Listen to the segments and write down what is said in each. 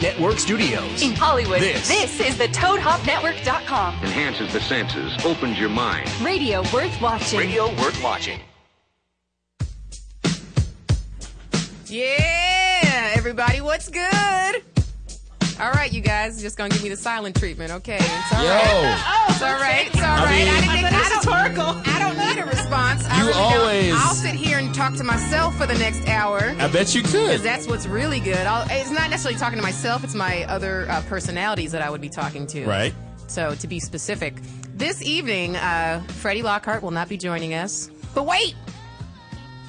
Network Studios. In Hollywood, This. is the ToadHopNetwork.com. enhances the senses, opens your mind. Radio worth watching. Radio worth watching. Yeah, everybody, what's good? All right, you guys, just gonna give me the silent treatment, okay? It's all Yo. Oh, right. It's all right. It's all I right. mean- I, didn't, I, don't, I don't need a response. I You really always- Don't. I'll sit here and talk to myself for the next hour. I bet you could. Because that's what's really good. I'll, it's not necessarily talking to myself, it's my other uh, personalities that I would be talking to. Right. So, to be specific, this evening, uh, Freddie Lockhart will not be joining us. But wait!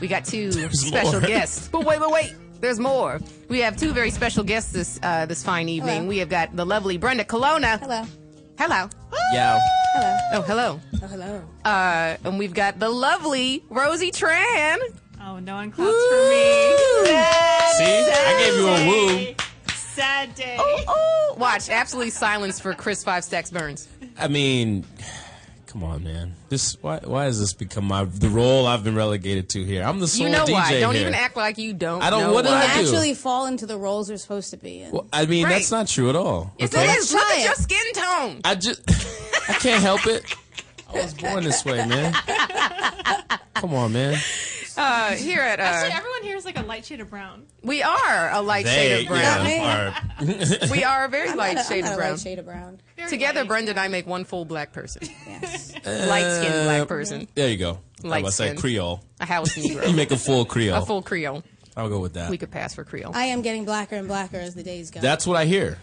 We got two special more. guests. But wait, but wait! There's more. We have two very special guests this uh, this fine evening. Hello. We have got the lovely Brenda Colonna. Hello. Hello. Yo. Hello. Oh, hello. Oh, hello. Uh, and we've got the lovely Rosie Tran. Oh, no one claps for me. Sad See, I gave you a woo. day. Sad day. Oh, watch. Absolutely silence for Chris Five Stacks Burns. I mean, come on, man. This why why has this become my the role I've been relegated to here? I'm the sole You know DJ why? Don't here. even act like you don't. I don't- Know what did why. I do? Actually, fall into the roles they're supposed to be in. Well, I mean, Right. that's not true at all. Yes, okay? it is. Look Try at it. your skin tone. I just I can't help it. I was born this way, man. Come on, man. Uh, here at Actually, uh, everyone here is like a light shade of brown. we are a light shade of brown. yeah. We are a very light I'm shade not of a brown. light shade of brown. Very Together, light. Brenda and I make one full black person, Mm-hmm. Yes. Uh, light skinned black person, There you go. I Light was say skin. Creole. a house You negro, make a full Creole. a full Creole. I'll go with that. We could pass for Creole. I am getting blacker and blacker as the days go. That's what I hear.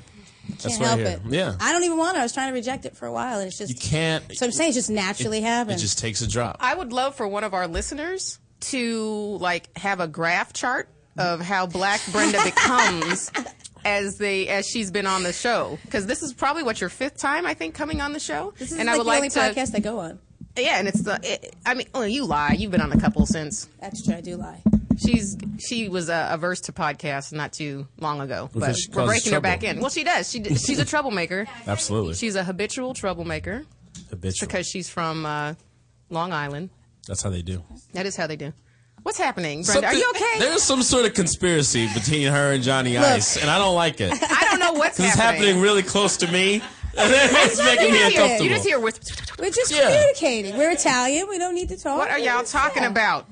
That's Can't what help I hear. it. Yeah. I don't even want to. I was trying to reject it for a while, and it's just. you can't. So I'm saying it just naturally it, happens. It just takes a drop. I would love for one of our listeners to like have a graph chart of how black Brenda becomes as they as she's been on the show because this is probably what your fifth time I think coming on the show this is and like I would the only like to podcast I go on. yeah and it's the it, I mean well, you lie you've been on a couple since That's true. I do lie. she's she was uh, averse to podcasts not too long ago but Because she we're causes breaking her trouble. back in well she does she d- she's a troublemaker Absolutely. she's a habitual troublemaker Habitual. because she's from uh, Long Island That's how they do. that is how they do what's happening Brenda are you Something- okay There's some sort of conspiracy between her and Johnny Ice, and I don't like it. Because I don't know what's it's happening happening. really close to me. And it's making me uncomfortable. You just hear with. We're just Yeah. communicating. We're Italian. We don't need to talk. What are y'all talking Yeah. about?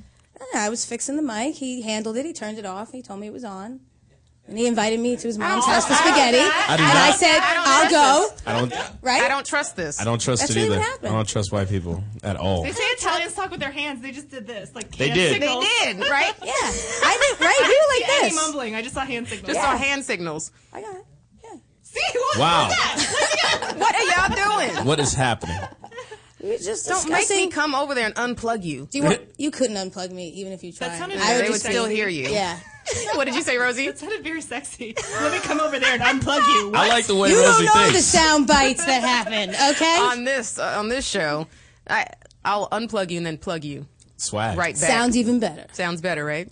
Yeah, I was fixing the mic. He handled it. He turned it off. He told me it was on. And he invited me to his mom's don't- house for I don't- spaghetti. I do and not- I said, I don't I'll go. trust I don't. Right? I don't trust this. I don't trust That's it really either. what I happened. don't trust white people at all. They say Italians talk with their hands. They just did this. Like They hand did. They Signals. did right. Yeah. I did, right? I We didn't were see like Any this. mumbling. I just saw hand signals. Just saw hand signals. I got it. Yeah. See what? Wow. What are y'all doing? What is happening? We were just Don't make discussing. me come over there and unplug you. Do you want? You couldn't unplug me even if you tried. sounded I They They just would be- still hear you. Yeah. What did you say, Rosie? That sounded very sexy. Let me come over there and unplug you. I like the way You Rosie don't know the thinks. sound bites that happen, okay? on this uh, on this show, I I'll unplug you and then plug you Swag. right back. Sounds even better. Sounds better, right?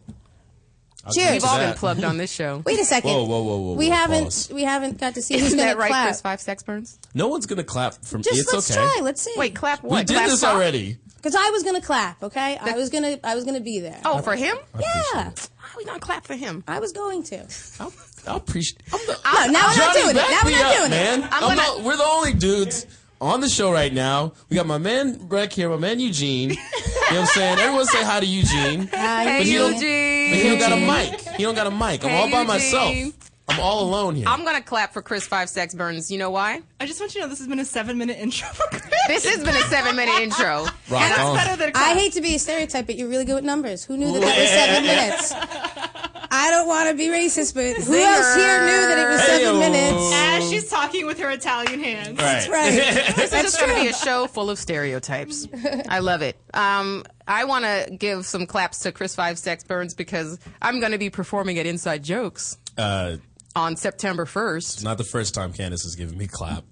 I'll Cheers. give We've you all been that. plugged on this show. Wait a second. Whoa, whoa, whoa, whoa, We whoa, haven't pause. we haven't got to see who's Isn't gonna that right, clap. Chris Five Sex Burns? No one's gonna clap from Just it's let's okay. try. Let's see. Wait, clap We what? did Clap this soft? already. because I was gonna clap. Okay, I was gonna I was gonna be there. Oh, for him? yeah, How are we gonna clap for him? I was going to. I, I appreciate. I'm the, No, now we're not Johnny, doing it. back Now me we're not up, doing man. it. I'm the- we're the only dudes on the show right now. We got my man Breck here, my man Eugene. you know what I'm saying? Everyone say hi to Eugene. Hi, Hey, But you don't- Eugene. But he don't got a mic. He don't got a mic. I'm Hey, all by Eugene. myself. I'm all alone here. I'm gonna clap for Chris Five Sex Burns. You know why? I just want you to know this has been a seven minute intro for Chris. This has been a seven minute intro. Rock That's on. better than a clap. I hate to be a stereotype, but you're really good with numbers. Who knew that that was seven minutes? I don't want to be racist, but who else here knew that it was seven Hey-o. minutes? As she's talking with her Italian hands. Right. Right. This is just going to be a show full of stereotypes. I love it. Um, I want to give some claps to Chris Five Sex Burns because I'm going to be performing at Inside Jokes Uh, on September 1st. not the first time Candace has given me clap,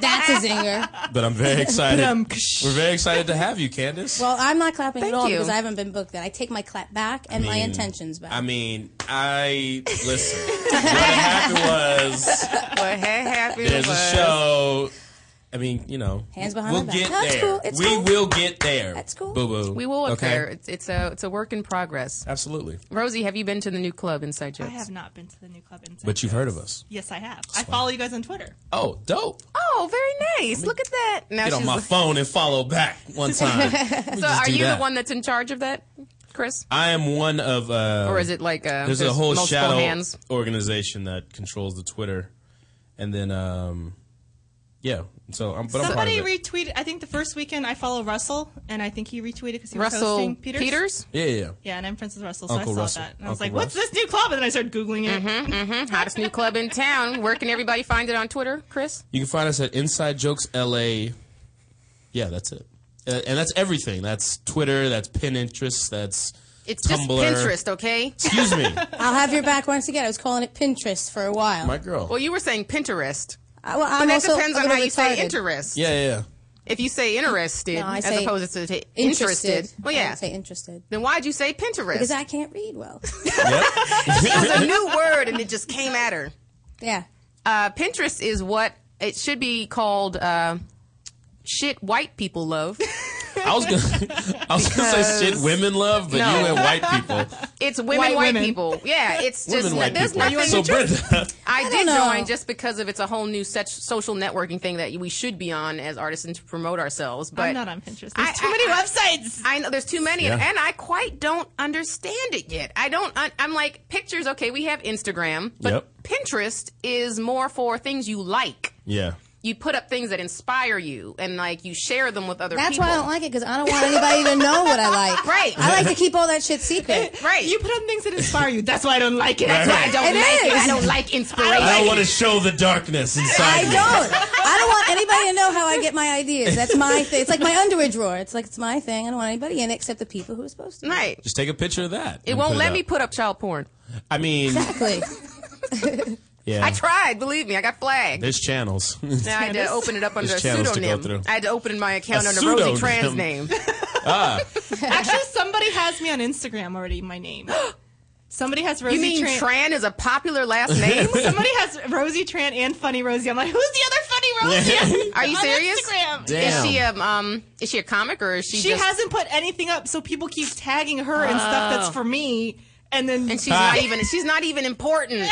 That's a zinger. but I'm very excited. We're very excited to have you, Candace. Well, I'm not clapping Thank at all you. because I haven't been booked. That I take my clap back and my intentions back. I mean, I listen. what happened was What ha- happened there's a was- show I mean, you know, Hands behind we'll my back. get No, it's there. cool. It's we cool. will get there. That's cool. Boo boo. We will get there. It's, it's a it's a work in progress. Absolutely. Rosie, have you been to the new club Inside Jokes? I have not been to the new club inside. But you've heard of us. Yes, I have. I follow you guys on Twitter. Oh, dope. Oh, very nice. Look at that. Now Get on she's my like- phone and follow back one time. So are do you that. the one that's in charge of that, Chris? I am one of. Uh, Or is it like uh, there's, a whole multiple shadow hands? organization that controls the Twitter, and then um, yeah. So I'm, but I'm part of Somebody it. retweeted. I think the first weekend I follow Russell, and I think he retweeted because he was Russell hosting Peters? Peters. yeah, yeah, yeah. Yeah, and I'm friends with Russell, so Uncle I saw Russell. that. And I was Uncle like, "What's Russ. this new club?" And then I started googling Mm-hmm. it. Hottest new club in town. Where can everybody find it on Twitter, Chris? You can find us at Inside Jokes LA. Yeah, that's it. Uh, and that's everything. That's Twitter. That's Pinterest. That's It's just Tumblr. Pinterest, okay? excuse me, I'll have your back once again. I was calling it Pinterest for a while. my girl. Well, you were saying Pinterest. I, well, But I'm that also depends a on how little you say retarded. interest. yeah, yeah, yeah. If you say interested No, I as say opposed to t- Interested. interested, well, I yeah. would say interested then why'd you say Pinterest? because I can't read well. It's a new word, and it just came at her. yeah. Uh, Pinterest is what it should be called. Uh, shit, white people love. I was gonna, I was gonna say shit women love, but No. you and white people, It's women, white, White women. people. Yeah, it's just women white there's people. nothing. so Brenda, I, did know. join just because of it's a whole new such social networking thing that we should be on as artists and to promote ourselves. But I'm not on Pinterest. There's I- too I- many I- websites. I know there's too many, and Yeah. and I quite don't understand it yet. I don't. I, I'm like pictures. Okay, we have Instagram, but Yep. Pinterest is more for things you like. yeah. You put up things that inspire you, and like you share them with other That's people. why I don't like it because I don't want anybody to know what I like. Right. I like to keep all that shit secret. right. You put on things that inspire you. That's why I don't like it. That's right. why I don't It like. is. I don't like inspiration. I don't want to show the darkness I inside don't. me. I don't want anybody to know how I get my ideas. That's my thing. It's like my underwear drawer. It's like it's my thing. I don't want anybody in it except the people who are supposed to. right. Just take a picture of that. It won't let me put up child porn. I mean, Exactly. yeah. I tried. Believe me, I got flagged. There's channels. Now I had to open it up under a There's channels to go pseudonym. through. I had to open my account A under Rosie pseudonym. Tran's name. Ah, Actually, somebody has me on Instagram already. My name. Somebody has Rosie You mean Tran. Tran is a popular last name? Somebody has Rosie Tran and Funny Rosie. I'm like, who's the other Funny Rosie? Are you on serious? Instagram. Is Damn. she um, um is she a comic or is she, She just, hasn't put anything up, so people keep tagging her and stuff that's for me. And then Oh. and she's Ah. not even she's not even important.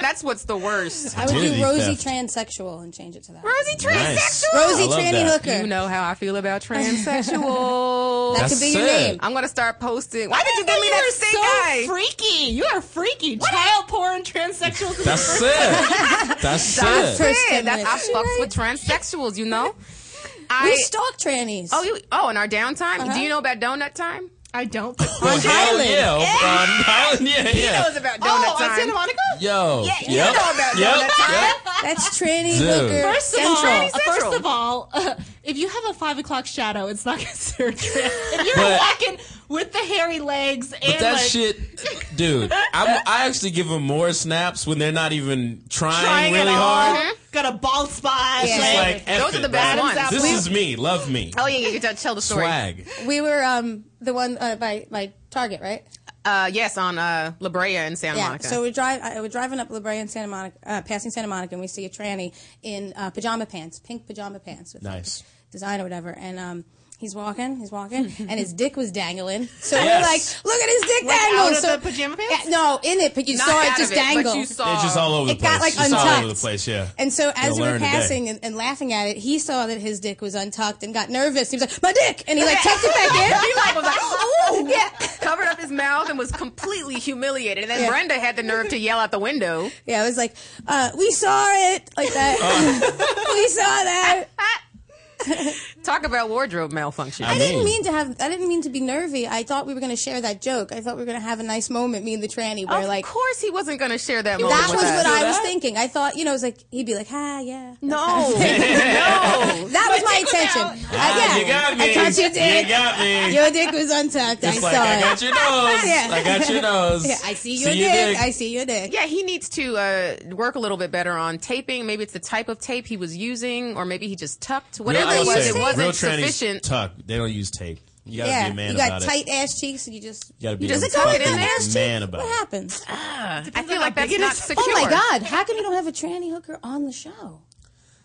That's what's the worst. I would Identity do Rosie theft. transsexual and change it to that. Rosie Nice. transsexual. I Rosie love Tranny that. Hooker. You know how I feel about transsexual. that That's could be your it. name. I'm gonna start posting. Why I did you didn't give know me you that were stink so eye? freaky. You are freaky. Child porn, transsexuals. and That's it. That's it. First Yeah, that's I stimulus. fucks with transsexuals, you know. We I stalk trannies. oh you oh in our downtime. Uh-huh. Do you know about donut time? I don't. But Well, oh, hell yeah. Um, Highland, yeah, yeah. about on Santa Monica. Yo. Yeah, you know about yep. donut time. That's tranny Dude. Hooker. First of Central. all, Central. Uh, first of all, uh, if you have a five o'clock shadow, it's not considered trans. If you're But- walking with the hairy legs and But that like, shit, dude, I'm, I actually give them more snaps when they're not even trying, trying really it all, hard. got a bald spot, Yeah. It's Just like, F Those are it, the best like, ones. This is me. Love me. Oh yeah, you can tell the story. Swag. We were um, the one uh, by by Target, right? Uh, yes, on uh, La Brea in Santa Yeah. Monica. So we drive. I, we're driving up La Brea and Santa Monica, uh, passing Santa Monica, and we see a tranny in uh, pajama pants, pink pajama pants, with like, Nice. design or whatever, and um. He's walking, he's walking, and his dick was dangling. So Yes. we're like, look at his dick Like, dangling. out of so, the pajama pants? Yeah, no, in it, but you Not saw out it of just it, but dangle. you saw. It's just all over the It place. got, like, It's all over the untucked. place, yeah. And so as You'll we were learn today. passing and, and laughing at it, he saw that his dick was untucked and got nervous. He was like, "My dick!" And he like tucked it back in. He like "Oh, was like, ooh, Yeah. covered up his mouth and was completely humiliated. And then Yeah. Brenda had the nerve to yell out the window. Yeah, it was like, uh, "We saw it!" Like that. Oh. we saw that. Talk about wardrobe malfunction. I didn't mean to have. I didn't mean to be nervy. I thought we were going to share that joke. I thought we were going to have a nice moment, me and the tranny, where of like course, he wasn't going to share that moment. that was with us. what I was thinking. I thought, you know, it was like he'd be like, "Ah, yeah." No, no. That was my intention. I, Ah, yeah, you got me. I caught your dick. You got me. Your dick was untucked. I It's saw like, I it. got your nose. Yeah. I got your nose. Yeah, I see your dick. I see your dick. Yeah, he needs to uh, work a little bit better on taping. Maybe it's the type of tape he was using, or maybe he just tucked. Real- Whatever I it would was, say, it real wasn't trannies sufficient. Tuck. They don't use tape. You gotta Yeah, be a man you got about tight it. ass cheeks, and you just You gotta be Does a it tuck it in fucking there, Steve? man about what it. Ah, happens? I feel like that's big it not is. secure. Oh my god! How come you don't have a tranny hooker on the show?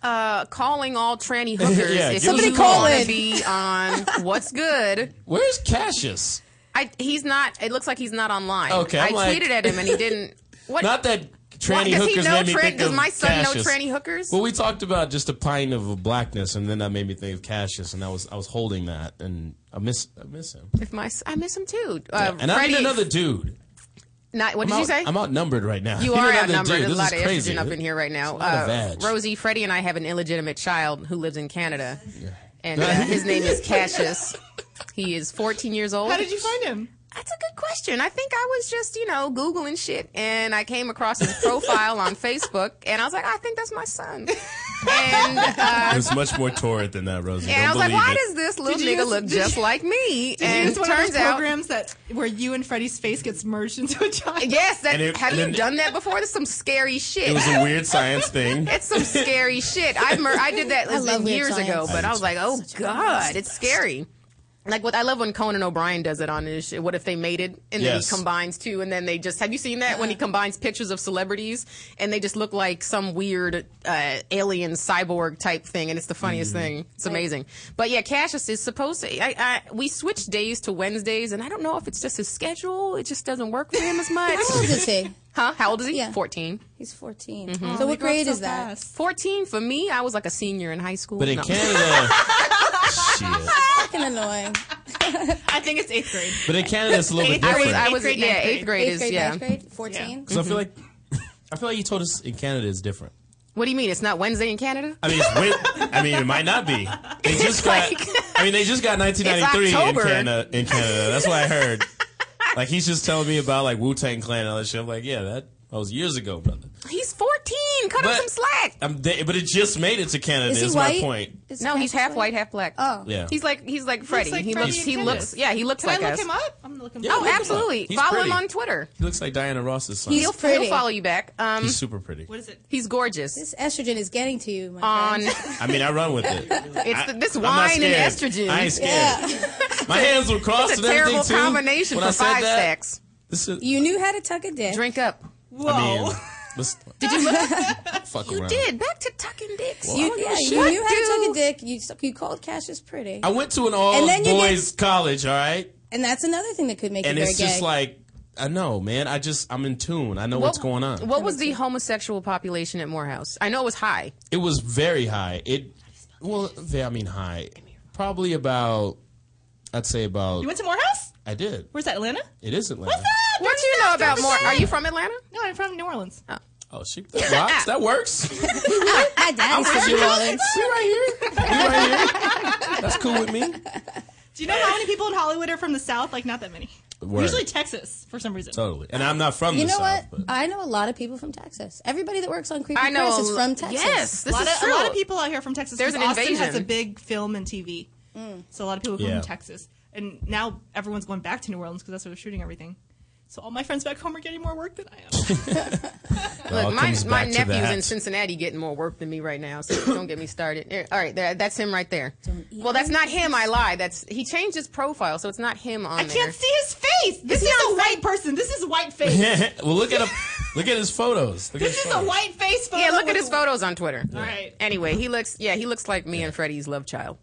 uh, calling all tranny hookers. Yeah, if give us a you call wanna in. Be on what's good. Where's Cassius? I he's not. It looks like he's not online. Okay, I I'm like- tweeted at him and he didn't. What? Not that tranny does he hookers know made me tran- think does of my son know Cassius. tranny hookers? Well, we talked about just a pint of blackness, and then that made me think of Cassius, and I was I was holding that, and I miss I miss him. if my s- I miss him too. Uh, and I need Freddie- another dude. Not, what I'm did out, you say? I'm outnumbered right now. You I need are another outnumbered. dude. There's a This lot is of crazy. estrogen up in here right now. Uh, It's a lot of vag. Rosie, Freddie, and I have an illegitimate child who lives in Canada, and uh, his name is Cassius. He is 14 years old. How did you find him? That's a good question. I think I was just, you know, Googling shit and I came across his profile on Facebook and I was like, I think that's my son. And, uh, It's much more torrid than that, Rosie. and I was like, why does this little Did you nigga use- look did just you- like me? Did you And use one of those turns out, programs that where you and Freddie's face gets merged into a giant. yes, that, And it- have and you then- done that before? That's some scary shit. It was a weird science thing. It's some scary shit. I mer- I did that. It's love been weird years science. ago, I but do I was too. like, oh god, it's scary. Like what I love when Conan O'Brien does it on his shit. What if they mated and then Yes. he combines two and then they just have you seen that when he combines pictures of celebrities and they just look like some weird uh, alien cyborg type thing and it's the funniest thing. It's amazing. But yeah, Cassius is supposed to. I, I we switched days to Wednesdays and I don't know if it's just his schedule. It just doesn't work for him as much. How old is he? huh? How old is he? Yeah. Fourteen. He's 14. Mm-hmm. Oh, So what grade is that? 14 for me, I was like a senior in high school. But in No. Canada, shit. Fucking annoying. I think it's eighth grade. But in Canada, it's a little bit I different. was, I Eighth was, grade, yeah, ninth grade. eighth grade, Eighth is, grade, yeah. ninth grade, 14. Because I feel like I feel like you told us in Canada it's different. What do you mean? It's not Wednesday in Canada? I mean, it's win- I mean, it might not be. They just got. I mean, they just got 1993 in October. Canada. In Canada, that's what I heard. Like he's just telling me about like Wu Tang Clan and all that shit. I'm like, yeah, that, that was years ago, brother. He's 14. Cut him But- some slack. I'm da- but it just made it to Canada. Is he is my white? point. Is No, he he's half white, half black. Oh. Yeah. He's like he's like Freddie. like he Freddie looks in he Canada. looks yeah, he looks Can like I look us. him up? I'm looking. Yeah, look him Oh, him up. absolutely. He's Follow pretty. him on Twitter. He looks like Diana Ross's son. He's He'll, pretty. he'll follow you back. Um He's super pretty. What is it? he's gorgeous. This estrogen is getting to you, my On friend. it's I mean, I run with it. the, this I'm not wine and scared. estrogen. I ain't scared. My hands were crossed It's a and everything terrible too. combination When for I said five that, uh, stacks. This is, You knew how to tuck a dick. Drink up. Whoa. I mean, let's Did you look? fuck you around. did. Back to tucking dicks. You, Oh, yeah, shit. you knew how to Dude. tuck a dick. You, s- you called Cassius pretty. I went to an And all then you boys college, all right, And that's another thing that could make and you very it's just gay. like I know, man. I just I'm in tune. I know what's going on. What was the homosexual population at Morehouse? I know it was high. It was very high. It well, ve- I mean high. Probably about I'd say about You went to Morehouse? I did. Where's that, Atlanta? It is Atlanta. What's that? What do you know about more? Are you from Atlanta? No, I'm from New Orleans. Oh, she that rocks. That works. my dad's from New Orleans. We right here. We right here. That's cool with me. Do you know how many people in Hollywood are from the South? Like, not that many. Word. Usually Texas, for some reason. Totally. And I'm not from You the know South. what? But. I know a lot of people from Texas. Everybody that works on Creepy I know. Chris is from Texas. Yes, a this lot, is of, a true. lot of people out here from Texas. There's 'cause an Austin has invasion. a big film and TV, so a lot of people come Yeah. from Texas. And now everyone's going back to New Orleans because that's where they're shooting everything. So all my friends back home are getting more work than I am. It all Look, my, comes my back to nephew's that. in Cincinnati getting more work than me right now, so don't get me started. There- All right, there, that's him right there. Well, that's not him. I lied. That's he changed his profile, so it's not him on I there. can't see his face. This is, a white person. This is a white face. well, look at him. Look at his photos. Look at his This is a photos. white face photo. Yeah, look at with- his photos on Twitter. All right. Anyway, he looks. Yeah, he looks like me and Freddie's love child.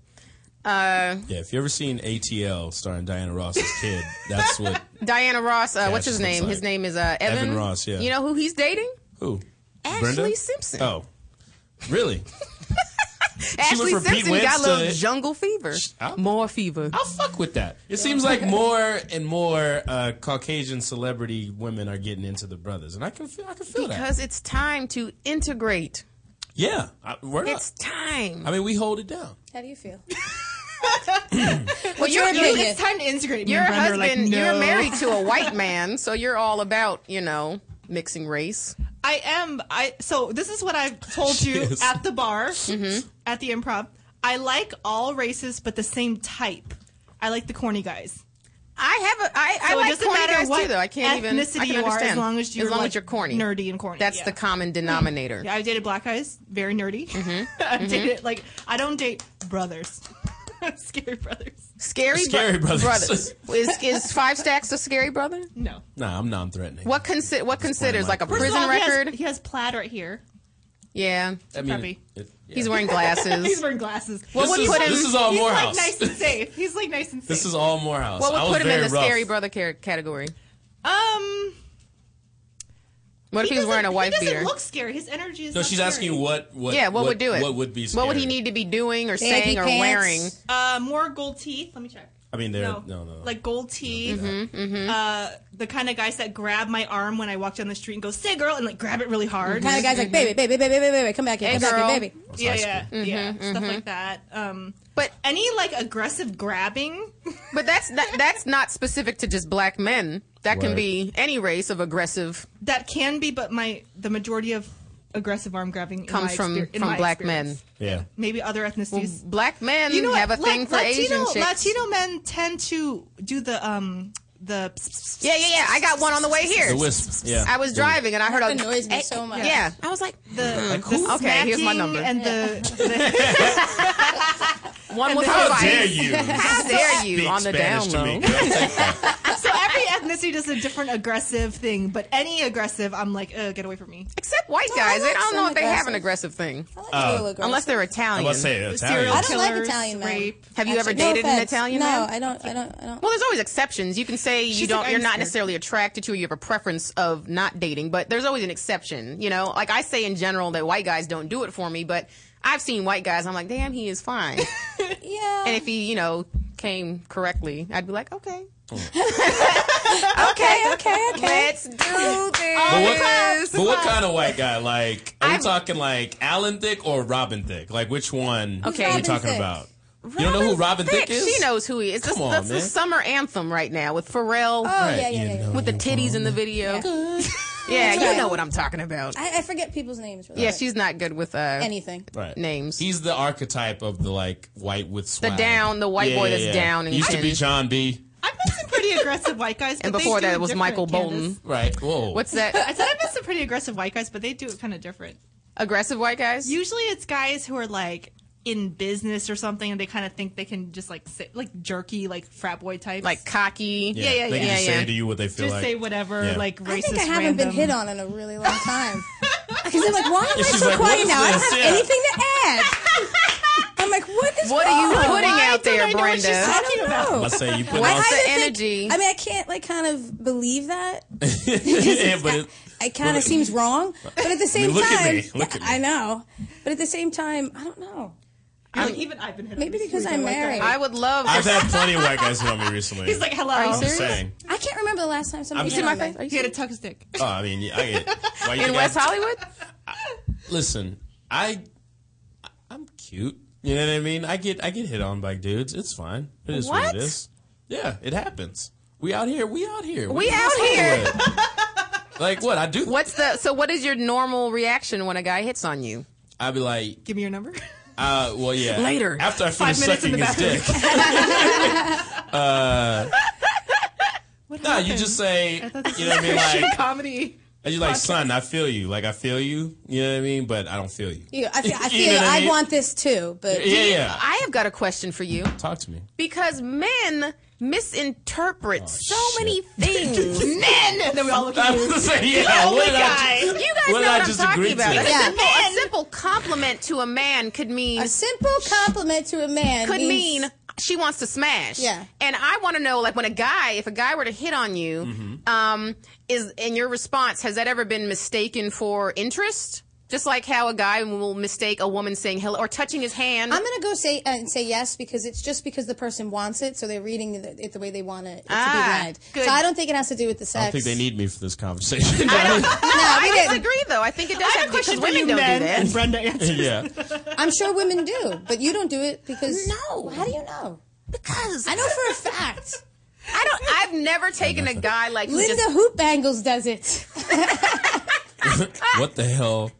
Yeah, if you ever seen ATL starring Diana Ross's kid, that's what. Diana Ross. Uh, what's she his looks name? like- His name is uh, Evan. Evan Ross, yeah. You know who he's dating? Who? Ashley Brenda? Simpson. Oh, really? Ashley for Pete Simpson got Wentz a little to- jungle fever. I'll- More fever. I'll fuck with that. It seems like more and more uh, Caucasian celebrity women are getting into the brothers, and I can feel, I can feel that. Because it's time to integrate. Yeah, I, we're It's not. time. I mean, we hold it down. How do you feel? well, you're, your You- you, opinion? It's time to integrate. me your and Brenda are husband, like, you're "No." married to a white man, so you're all about, you know, mixing race. I am. I so this is what I've told you Yes. at the bar, Mm-hmm. at the improv. I like all races, but the same type. I like the corny guys. I have a, I, I So it like doesn't corny matter guys what too, though. I can't even, I can ethnicity you are, as understand. long as you're, like, are corny. nerdy and corny, That's yeah. the common denominator. Yeah, I've dated black guys, very nerdy. Mm-hmm. I've dated like I don't date brothers, scary brothers. Scary, bro- Scary brothers. is, is Five Stacks a scary brother? No. Nah, I'm non-threatening. What, consi- what considers, my like a point. prison First of all, he has- record? He has, plaid right here. Yeah. I mean, Preppy. it- Uh, yeah. He's wearing glasses. He's wearing glasses. What This would is- put this him? is all He's Morehouse. like nice and safe. He's like nice and safe. this is all Morehouse. What I would was put him in very the rough. scary brother car- category? um. What if he, was doesn't- wearing a wife he doesn't beater? Look scary. His energy is. No, not she's scary. asking what, what. yeah, what, would do it? What would be? What would he scary? need to be doing or Baggy saying or pants. wearing? Uh, more gold teeth. Let me check. I mean, they're no, no, no. Like gold teeth. Mm-hmm, Uh, the kind of guys that grab my arm when I walk down the street and go, "Say, girl," and like grab it really hard. Mm-hmm. Kind of guy's like, baby, baby, baby, baby, baby, come back here, Hey, come back girl. here, baby. yeah, high yeah, yeah, stuff like that. Um, Mm-hmm, But any like aggressive grabbing. but that's that, that's not specific to just black men. That can Right. be any race of aggressive that can be, but my the majority of aggressive arm grabbing comes from from black yeah. Maybe other ethnicities. men. Black men you know, have what? a thing Lat- for Asian Latino, chicks. Latino men tend to do the um the Yeah, yeah, yeah. I got one on the way here. The wisp. Yeah. I was driving and I heard a That annoys me so much. Yeah, I was like, the, the who- Mm-hmm. Okay, here's my smacking number. and the, the one was How a fight. dare you? How dare you Speak on the down Spanish to low? me. Girl, take that. so every ethnicity does a different aggressive thing, but any aggressive, I'm like, uh, get away from me. Except white No, I guys. They like don't some know if they have an aggressive aggressive. thing. I like to look Oh. Unless they're Italian. I must say Serial Italian. don't like killers, Italian men. rape. Have you ever No dated an offense. Italian No, man? I don't. I don't. I don't. Well, there's always exceptions. You can say you She's don't. like, you're I'm not scared. necessarily attracted to, or you have a preference of not dating, but there's always an exception. You know, like I say in general that white guys don't do it for me, but I've seen white guys. I'm like, damn, he is fine. yeah. and if he, you know, came correctly, I'd be like, okay, okay, okay, okay. let's do this. But what, but what kind of white guy? Like, are we talking like Alan Thick or Robin Thick? Like, which one Okay. are we Robin talking Thicke? about? you don't know who Robin Thick, is? She knows who he is. This, Come on, that's the man. summer anthem right now with Pharrell Oh Right, yeah, yeah, you yeah. yeah. know. with the titties in the video. Yeah, right. you know what I'm talking about. I, I forget people's names. Really. Yeah, she's not good with uh, anything. Right. Names. He's the archetype of the like white with swag. down- the white boy that's down and He used to can- be John B. I've met some pretty aggressive white guys, but And they before do that, it it was different, Michael Candace. Bolton. Right. Whoa. What's I that? said I've met some pretty aggressive white guys, but they do it kind of different. Aggressive white guys? Usually, it's guys who are like in business or something, and they kind of think they can just like sit like jerky, like frat boy types, like cocky. yeah, yeah, They can yeah, just yeah. say to you what they feel just like. say whatever, Yeah. like racist. I think I haven't been random- hit on in a really long time. Because I'm like, why am I She's so like, what quiet is now? I this? don't have Yeah. anything to add. I'm like, what is What are you wrong? putting Oh, Why out don't there, I know what she's Brenda? I don't know. Let's say you put What's on. the I think- energy? I mean, I can't like kind of believe that. yeah, but it, It kind of seems wrong, but at the same look at time, me. Look at me. I know. But at the same time, I don't know. You're like, even I've been hit on. Maybe This because week, I'm like, married. I would love. I've had plenty of white guys hit on me recently. He's like, hello. Are you I'm just serious? saying. I can't remember the last time somebody. hit I'm- You see on my me. face? Are you He had to tuck his dick. Oh, I mean, I get. Why you in think West I- Hollywood? Listen, I, I'm cute. You know what I mean? I get, I get hit on by dudes. It's fine. It is what, What? it is. Yeah, it happens. We out here. We out here. We in out West here. Hollywood. like what? I do. What's the so? What is your normal reaction when a guy hits on you? I'd be like, Give me your number. Uh, well, yeah. Later. After I finish Five minutes in sucking the his dick. uh, nah, you just say, you know thought this what I mean? Like, Comedy. and you're like, son, I feel you. Like, I feel you. You know what I mean? But I don't feel you. You- I feel. I, You feel know what I I mean? want this too, but Yeah, yeah. I have got a question for you Talk to me. because men misinterpret so Oh, shit. many things. Oh, Men. Then we all look I at was you. gonna say, yeah. Holy what did guy. I You ju- guys What know did I what I'm just talking agree about. to? A, Yeah. simple, a simple compliment to a man could mean a simple compliment to a man could means- mean she wants to smash. Yeah. And I want to know, like, when a guy, if a guy were to hit on you, Mm-hmm. um, is in your response, has that ever been mistaken for interest? Just like how a guy will mistake a woman saying hello or touching his hand. I'm gonna go say and say yes because it's just because the person wants it, so they're reading the- it the way they want it, it Ah, to be read. good. So I don't think it has to do with the sex. I don't think they need me for this no, conversation. we I didn't. disagree though. I think it does I have have a to because question for women you, don't men. do that. And Brenda answers. yeah. I'm sure women do, but you don't do it because No. How do you know? Because I know for a fact. I don't. I've never taken a guy like who Linda just Hoop Angles does it. What the hell?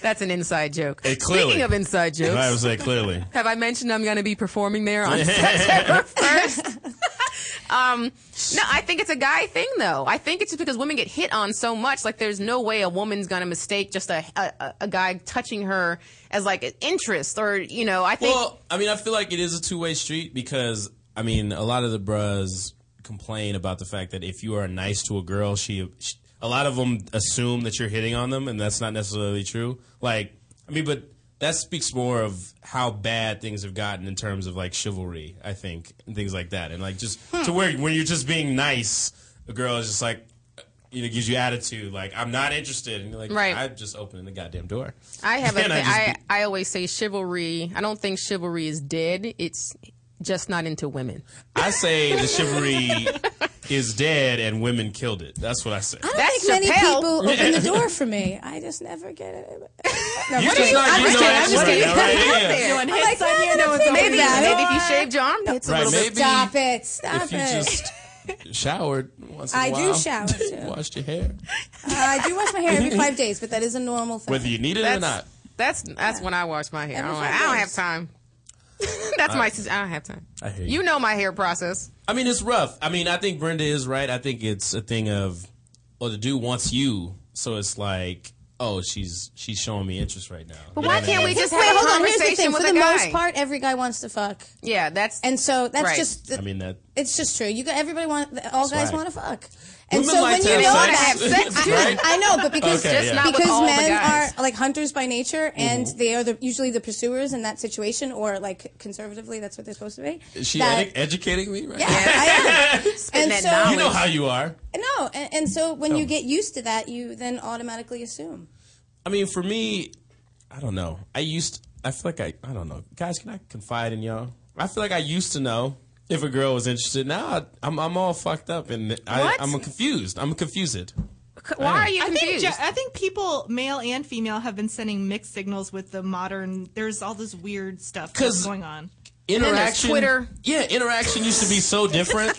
That's an inside joke. Hey, clearly. Speaking of inside jokes, I was like, clearly. have I mentioned I'm going to be performing there on September 1st? um, no, I think it's a guy thing, though. I think it's just because women get hit on so much. Like, there's no way a woman's going to mistake just a, a a- a guy touching her as like an interest, or you know, I think. Well, I mean, I feel like it is a two way street because I mean, a lot of the bras complain about the fact that if you are nice to a girl, she, she a lot of them assume that you're hitting on them, and that's not necessarily true. Like, I mean, but that speaks more of how bad things have gotten in terms of like chivalry, I think, and things like that, and like just to where when you're just being nice, a girl is just like. You know, gives you attitude like I'm not interested, and you're like, Right. I'm just opening the goddamn door. I have a And thing. I just I, be- I always say chivalry. I don't think chivalry is dead. It's just not into women. I say the chivalry is dead and women killed it. That's what I say. I don't That's think many Chappelle. people open the door for me. I just never get it. No, You're I'm just kidding. not I'm getting just kidding. I'm no action just right kidding. now, right? Yeah. No one I'm hits like, on no, you. no, No no, one's no, opening Maybe, the no, door. maybe if you shaved your armpits a Right, little bit. maybe Stop it. Stop if you it. just showered once in a I do while. shower, too. washed your hair. Uh, I do wash my hair every five days, but that is a normal thing. Whether you need it or not. That's that's when I wash my hair. I Every don't, five I don't years. have time. that's my. sis- I don't have time. I hear you. You know my hair process. I mean, it's rough. I mean, I think Brenda is right. I think it's a thing of, well, the dude wants you, so it's like, oh, she's she's showing me interest right now. But Why can't we just have Wait, a hold on. Here's the conversation thing. For with the a guy? most part, every guy wants to fuck, yeah, that's and so that's Right. just I mean that. it's just true. You got everybody want all guys right. want to fuck, and Women so like when to you know that, have sex. I have sex, too. Right? I know, but because Okay, Just yeah. Mm-hmm. not with all because the men guys. are like hunters by nature, and they are the, usually the pursuers in that situation, or like conservatively, that's what they're supposed to be. Is she that- edu- educating me right yeah, now? I am. and that so You know how you are. no, and, and so when Oh. you get used to that, you then automatically assume. I mean, for me, I don't know. I used. I feel like I. I don't know. Guys, can I confide in y'all? I feel like I used to know if a girl was interested. Now I, I'm. I'm all fucked up and I, What? I'm confused. I'm confused. why are you I think, confused? ju- I think people, male and female, have been sending mixed signals with the modern. There's all this weird stuff 'Cause- that's going on. there's Interaction. Twitter. Yeah, interaction used to be so different.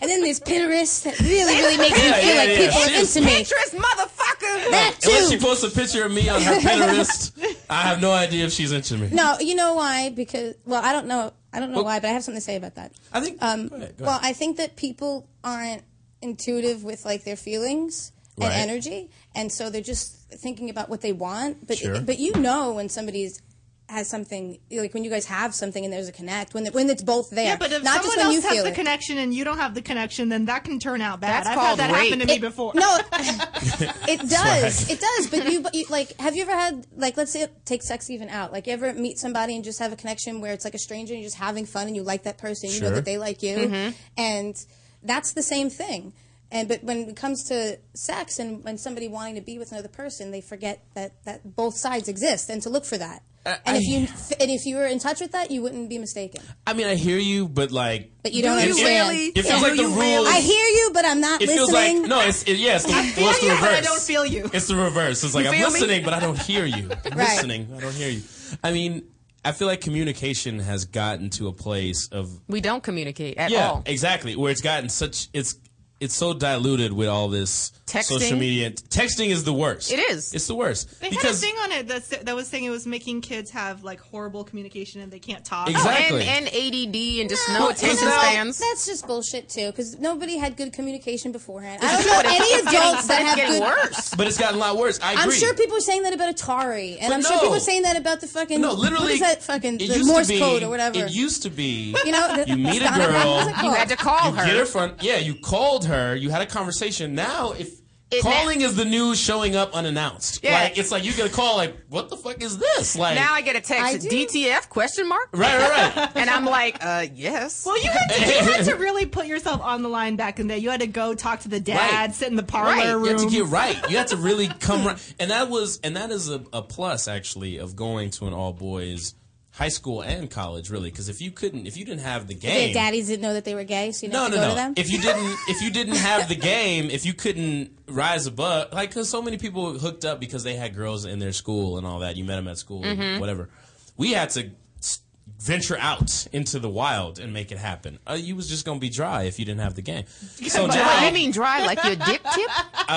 And then there's Pinterest that really, really makes you Yeah, feel yeah, like yeah. people are Shit. into me. Pinterest, motherfucker. That Unless she too. posts a picture of me on her Pinterest, I have no idea if she's into me. No, you know why? Because well, I don't know. I don't know Well- why, but I have something to say about that. I think. Um, go ahead, go well, ahead. I think that people aren't intuitive with like their feelings Right. and energy, and so they're just thinking about what they want. But Sure. but you know when somebody's has something like when you guys have something and there's a connect when when it's both there. Yeah, but if not just someone when you else has feel the it. connection and you don't have the connection, then that can turn out bad. That's I've called had that happen to rape. me before. No, it does. It does. But you, but you, like, have you ever had, like, let's say, take sex even out? Like, you ever meet somebody and just have a connection where it's like a stranger and you're just having fun and you like that person, you know Sure. that they like you, and that's the same thing. And but when it comes to sex and when somebody wanting to be with another person, they forget that that both sides exist and to look for that. Uh, and if you and if you were in touch with that, you wouldn't be mistaken. I mean, I hear you, but like, But you don't it, understand. It, it feels Yeah. like the rule. I hear you, but I'm not It feels listening. like no. It's it, yes. Yeah, it's the- well, it's the you, reverse. but I don't feel you. It's the reverse. It's like I'm feel me? listening, but I don't hear you. I'm Right. listening. I don't hear you. I mean, I feel like communication has gotten to a place of We don't communicate at yeah, all. exactly. Where it's gotten such it's it's so diluted with all this Texting? social media. Texting is the worst. It is. It's the worst They had a thing on it that, sa- that was saying it was making kids have like horrible communication and they can't talk. Exactly. And, and ADD and just no, Well, attention you know, spans. That's just bullshit too, because nobody had good communication beforehand. I don't know any adults that That's have getting good. worse. but it's gotten a lot worse. I agree. I'm sure people are saying that about Atari, and But I'm sure people no. are saying that about the fucking. No, literally. What is that fucking it the used to Morse be- code or whatever? It used to be. you know, the, you meet a Donovan, what is girl. it You called? had to call you her. Get her front. Yeah, you called her. You had a conversation. Now, if It- calling is the new showing up unannounced, Yeah. like it's like you get a call, like what the fuck is this? Like now I get a I text. do. DTF question mark? right, right, right. And I'm like, uh, yes. Well, you had, to, you had to really put yourself on the line back in the day. You had to go talk to the dad, Right. sit in the parlor Right. You room. You have to get right. You have to really come right. And that was, and that is a, a plus actually of going to an all boys high school and college, really, because if you couldn't, if you didn't have the Their game, daddies didn't know that they were gay, so you didn't no, have to no, go to no. them. If you didn't, if you didn't have the game, if you couldn't rise above, like, because so many people hooked up because they had girls in their school and all that. You met them at school, Mm-hmm. whatever. We had to s- venture out into the wild and make it happen. Uh, you was just gonna be dry if you didn't have the game. So Dry, now, you mean dry like your dick tip? Is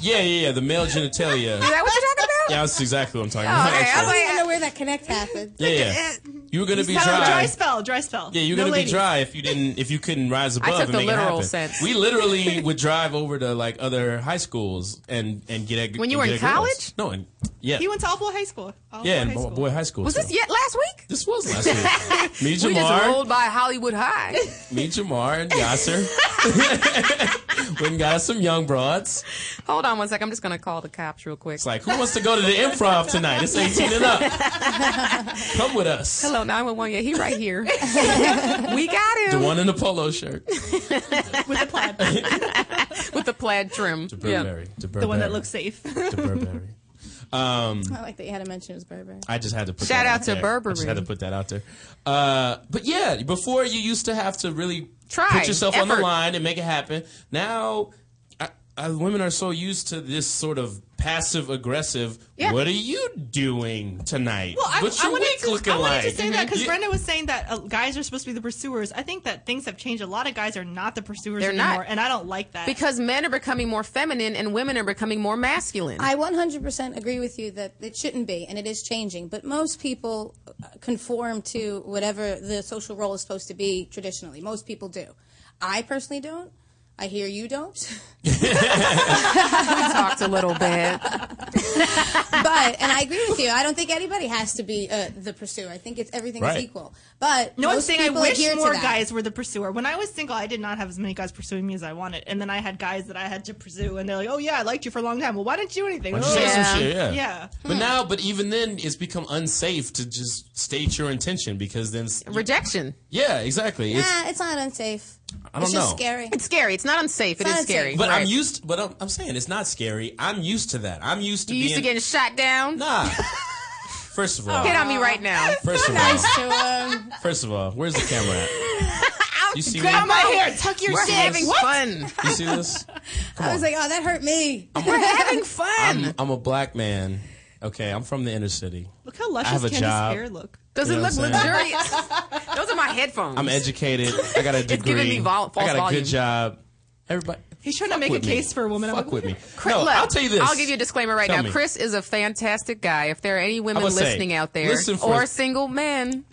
yeah, yeah, yeah. The male genitalia. that what you're talking about? Yeah, that's exactly what I'm talking Oh, about. okay. I was I actually. like, don't even know where that connect happened. yeah, yeah. You were gonna be No, dry. dry spell, dry spell. Yeah, you're No gonna ladies. be dry if you didn't if you couldn't rise above took and the make literal it happen. sense. We literally would drive over to like other high schools and and get a, When you and were get in a girls. college? No, in Yeah. He went to All Boy High School. All yeah, Boy and High Bo- School. boy high school. Was so- this yet last week? This was last week. Me, We just Jamar, rolled by Hollywood High. me, Jamar, and Yasser. Went and got us some young broads. Hold on one sec. I'm just gonna call the cops real quick. It's like, who wants to go to the improv tonight? It's 18 and up. Come with us. Hello, 911. Yeah, he right here. we got The him one in the polo shirt. with the plaid trim. To Yeah. Burberry. the one that looks safe. To Burberry. I like that you had to mention it was Burberry. I just had to put Shout that out to there. I Burberry. just had to put that out there. Uh, but yeah, before you used to have to really Try. put yourself on the Effort. line and make it happen. Now, I, I, women are so used to this sort of passive aggressive. Yeah. What are you doing tonight? Well, I, What's I your wanted week to, looking I wanted like? to say that because You- Brenda was saying that uh, guys are supposed to be the pursuers. I think that things have changed. A lot of guys are not the pursuers They're not. anymore, and I don't like that. Because men are becoming more feminine and women are becoming more masculine. I 100% agree with you that it shouldn't be, and it is changing. But most people uh, conform to whatever the social role is supposed to be traditionally. Most people do. I personally don't. I hear you don't. talked a little bit. but and I agree with you. I don't think anybody has to be uh, the pursuer. I think it's everything Right. is equal. But no, I'm most saying I people wish adhere to more that. guys were the pursuer. When I was single, I did not have as many guys pursuing me as I wanted, and then I had guys that I had to pursue, and they're like, "Oh yeah, I liked you for a long time. Well, why didn't you do anything?" Why'd you say Oh, some shit? Yeah. Yeah. But now, but even then, it's become unsafe to just state your intention because then, s- Rejection. yeah, exactly. It's, Nah, it's not unsafe. I don't it's just know. scary. It's scary. It's not unsafe. It's It's not scary. unsafe. But I'm Right. used. But I'm, I'm saying it's not scary. I'm used to that. I'm used to You being. used to getting Oh. shot down. nah. First of all, Hit on me right now. first of all, So, um, first of all, where's the camera at? You see grab me? my- Here, tuck your We're shit. having What? fun. You see this? Come I was on. like, oh, that hurt me. We're having fun. I'm, I'm a black man. Okay, I'm from the inner city. Look how I have a luscious job. Candy's hair look. Does You it know look what I'm saying? luxurious? Those are my headphones. I'm educated. I got a degree. giving me vol- false I got a volume. good job. Everybody. He's trying to fuck make a with me. case for a woman. I'm Fuck like, with me. Chris- no, look, I'll tell you this. I'll give you a disclaimer right Tell now. me. Chris is a fantastic guy. If there are any women I would say, listening out there listen for or us- single men,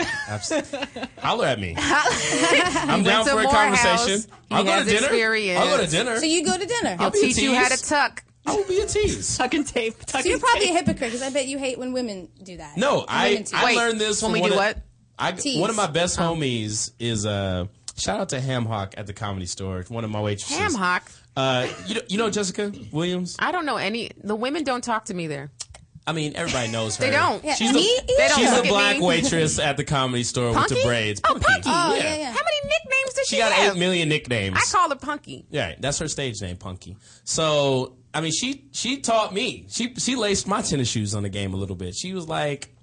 Holler at me. I'm down to for a Morehouse. conversation. He I'll go has to dinner. experience. I'll go to dinner. So you go to dinner. I'll be a teach you how to tease. tuck. I will be a tease. Tuck and tape. Tuck So you're and probably a tape. hypocrite because I bet you hate when women do that. No, When I women tease. I Wait, learned this when from we one do of, what? Oh. I, Tease. one of my best homies is uh shout out to Ham Hock at the comedy store. One of my waitresses. Ham hock. Uh, you know, you know Jessica Williams. I don't know any. The women don't talk to me there. I mean, everybody knows her. They don't. Yeah, She's me the, either. They don't she's look the at me. black waitress at the comedy store with Punky? the braids. Oh, Punky. Oh, yeah, yeah. How many nicknames does she, She got have? eight million nicknames. I call her Punky. Yeah, that's her stage name, Punky. So I mean, she she taught me. She she laced my tennis shoes on the game a little bit. She was like,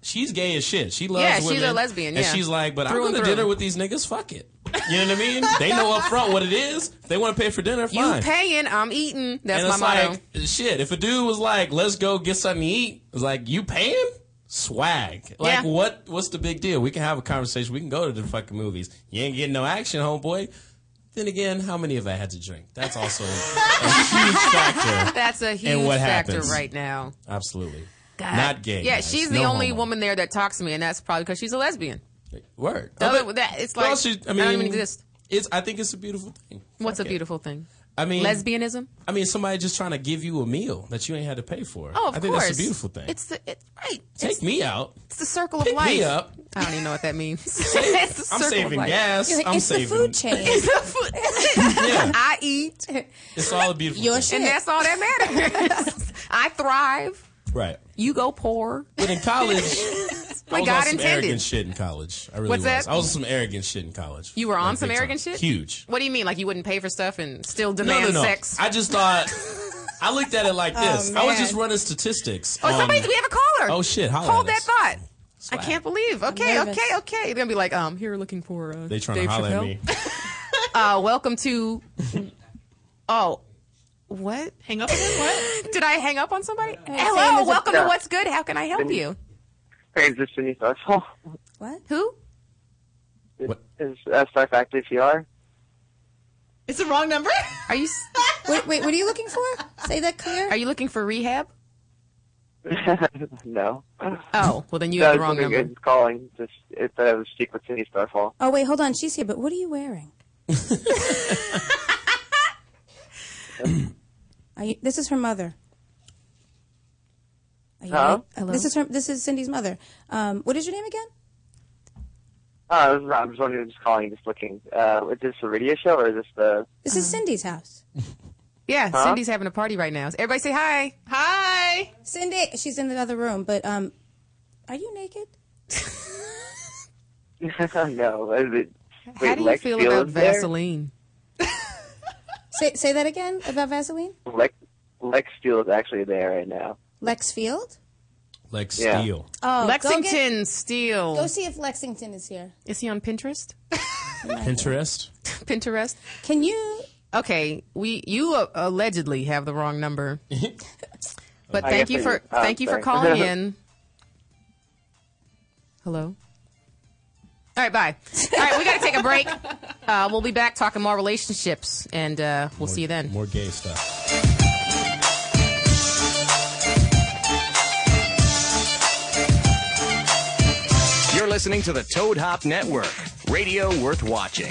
she's gay as shit. She loves Yeah, she's a women, lesbian, and yeah. she's like, but Through I'm and going to through. dinner with these niggas. Fuck it. You know what I mean? they know up front what it is. If they want to pay for dinner, You fine. paying, I'm eating. That's and my it's motto. like, shit. If a dude was like, let's go get something to eat, it's like, you paying? Swag. Yeah. Like, what? What's the big deal? We can have a conversation. We can go to the fucking movies. You ain't getting no action, homeboy. Then again, how many have I had to drink? That's also a huge factor. That's a huge what factor happens? right now. Absolutely. Not gay. Yeah, guys. she's No the only homo. woman there that talks to me, and that's probably because she's a lesbian. Word. The I other- bet- that- it's Well, like, she- I don't even exist. It's. I think it's a beautiful thing. What's Fuck a it. beautiful thing? I mean, Lesbianism? I mean, somebody just trying to give you a meal that you ain't had to pay for. Oh, of I think course. that's a beautiful thing. It's the it, right. Take it's, me out. It's the circle of Pick life. me up. I don't even know what that means. it's the I'm circle saving of life. gas. You're like, I'm it's saving. the food chain. It's the food. I eat, and It's all a beautiful. Your thing. shit. that's all that matters. I thrive. Right. You go poor. But in college, I Like God was on some intended. arrogant shit in college. I really What's was. that? I was on some arrogant shit in college. You were on Like, some big arrogant time. shit? Huge. What do you mean? Like you wouldn't pay for stuff and still No, demand no, no. sex? I just thought. I looked at it like this. I was just running statistics. Oh, on- somebody, we have a caller. Um, Oh, shit, holler Hold at that us. thought. Swag. I can't believe. Okay, nervous. okay, okay. They're gonna be like, um, here looking for. Uh, They trying Dave to holler Chappelle. at me. Uh, welcome to. oh, what? Hang up on him? What? Did I hang up on somebody? saying Hello, there's a- welcome to What's Good. How can I help you? Hey, is this any special? What? Who? What? Is SR Factory PR? It's the wrong number. Are you s- Wait, wait, what are you looking for? Say that clear. are you looking for rehab? no. Oh, well then you No, have it's the wrong something number. It's calling. Just it said it was Secret City special. Oh, wait, hold on. She's here, but what are you wearing? are you, this is her mother. Are you Hello? right? This is her, this is Cindy's mother. Um, what is your name again? Uh, this is- I'm just wondering, just calling, just looking. Uh, is this a radio show or is this the? This is Cindy's house. Yeah, Cindy's having a party right now. Everybody say hi. Hi. Cindy, she's in another room. But um, are you naked? no, is it? Wait, How do you Lex feel Steele about is there? Vaseline? Say say that again about Vaseline. Lex Lex Steele is actually there right now. Lex Field. Lex Yeah. Steele. Oh, Go, get- Lexington Steel. go see if Lexington is here. Is he on Pinterest? Pinterest. Pinterest. Can you? Okay, we you uh, allegedly have the wrong number. but I thank guess you I for did. Oh, thank you for sorry. calling in. Hello. All right, bye. All right, we got to take a break. Uh, we'll be back talking more relationships, and uh, we'll see you then. More gay stuff. You're listening to the Toad Hop Network. Radio worth watching.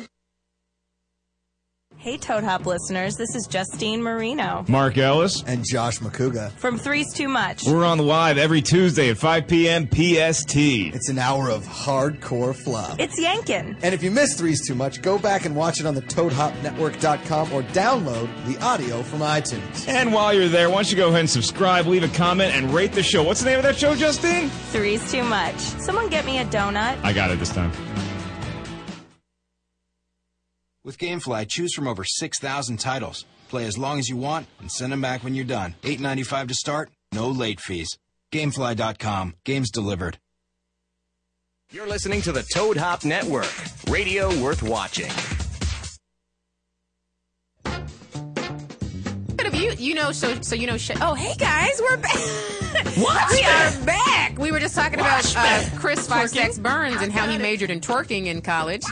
Hey, Toad Hop listeners, this is Justine Marino Mark Ellis. and Josh Makuga. from Three's Too Much. We're on live every Tuesday at 5 p.m. PST. It's an hour of hardcore flop. It's Yankin. And if you missed Threes Too Much, go back and watch it on the ToadHopNetwork.com or download the audio from iTunes. And while you're there, why don't you go ahead and subscribe, leave a comment, and rate the show. What's the name of that show, Justine? Three's Too Much. Someone get me a donut. I got it this time. With GameFly, choose from over 6,000 titles. Play as long as you want and send them back when you're done. 8.95 to start, no late fees. Gamefly.com. Games delivered. You're listening to the Toad Hop Network. Radio worth watching. But if you you know so so you know shit. Oh hey guys, we're back. What? we are back. We were just talking about uh, Chris Five Stacks Burns and how he majored in twerking in college.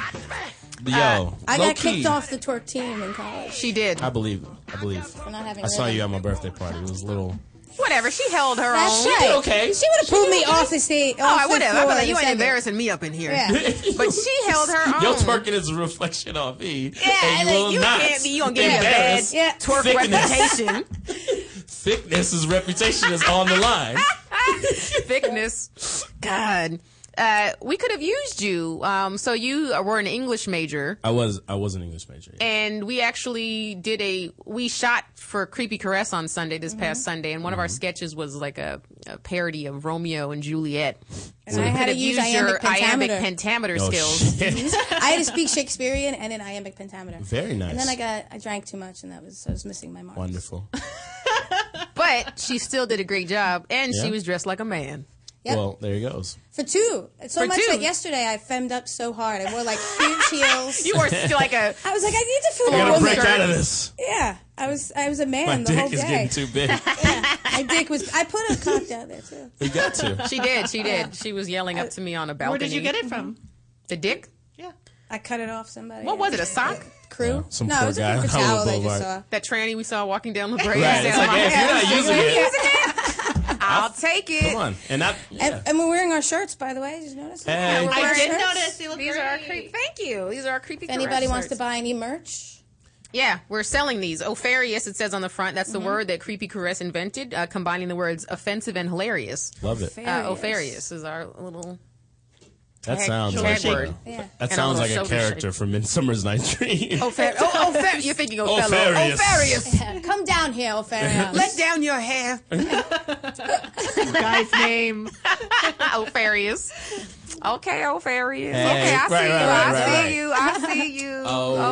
Yo, Uh, I low got key, kicked off the twerk team in college. She did. I believe. I believe. For not having I saw rhythm. you at my birthday party. It was a little. Whatever. She held her That's own. right. okay. She would have pulled me off the stage. Oh, I would have. I Floor was like, in you a ain't second. embarrassing me up in here. Yeah. But she held her own. Yo, twerking is a reflection on me. Yeah, and you like, will you not can't be. You gonna give me a bad embarrass Yeah. twerk Thickness. reputation. Thickness's reputation is on the line. Thickness. God. Uh, we could have used you. Um, so you were an English major. I was. I was an English major. and we actually did a we shot for creepy caress on sunday this past Mm-hmm. sunday and one Mm-hmm. of our sketches was like a, a parody of romeo and juliet and I had to use iambic pentameter. iambic pentameter Oh, skills shit. I had to speak Shakespearean and an iambic pentameter. Very nice. And then I got I drank too much and that was I was missing my mark. Wonderful. but she still did a great job and she Yeah. was dressed like a man Yep. Well, there he goes. For two. It's so For much two. that yesterday I femmed up so hard. I wore like huge heels. you were still like a I was like, I need to feel I a gotta woman. break out of this. Yeah. I was I was a man My the whole dick day. is getting too big. My dick was I put a cock down there too. You got to. she did she did she was yelling up to me on a balcony Where did you get it from? the dick Yeah. I cut it off somebody. what was it a sock Crew? some no, poor it was guy a paper on Hollywood towel I just Boulevard. saw. that tranny we saw walking down the bridge Right. It's like, hey, if you're not using it, i'll take it come on. And not. And, Yeah. and we're wearing our shirts, by the way. Did you notice? that? Hey. We're I wearing I our did shirts. notice they look These are our creepy. great. Thank you. These are our creepy. If anybody wants to buy. buy any merch, Yeah, we're selling these. Ofarious, it says on the front. That's the word that Creepy Caress invented, uh, combining the words offensive and hilarious. Love it. Uh, Ofarious is our little That Tag- sounds tag like word. a, Yeah. that And sounds I'm like gonna a shoulder shake. character from Midsummer's Night's Dream. Oh, fair. Oh, oh, fair. You're thinking Othello. Opharius. Yeah, Come down here, Ophelia. Let down your hair. Guy's name. Opharius. Okay, Opharius. Hey, okay, I right, see right, you. right, I right, see right. you. I see you. okay,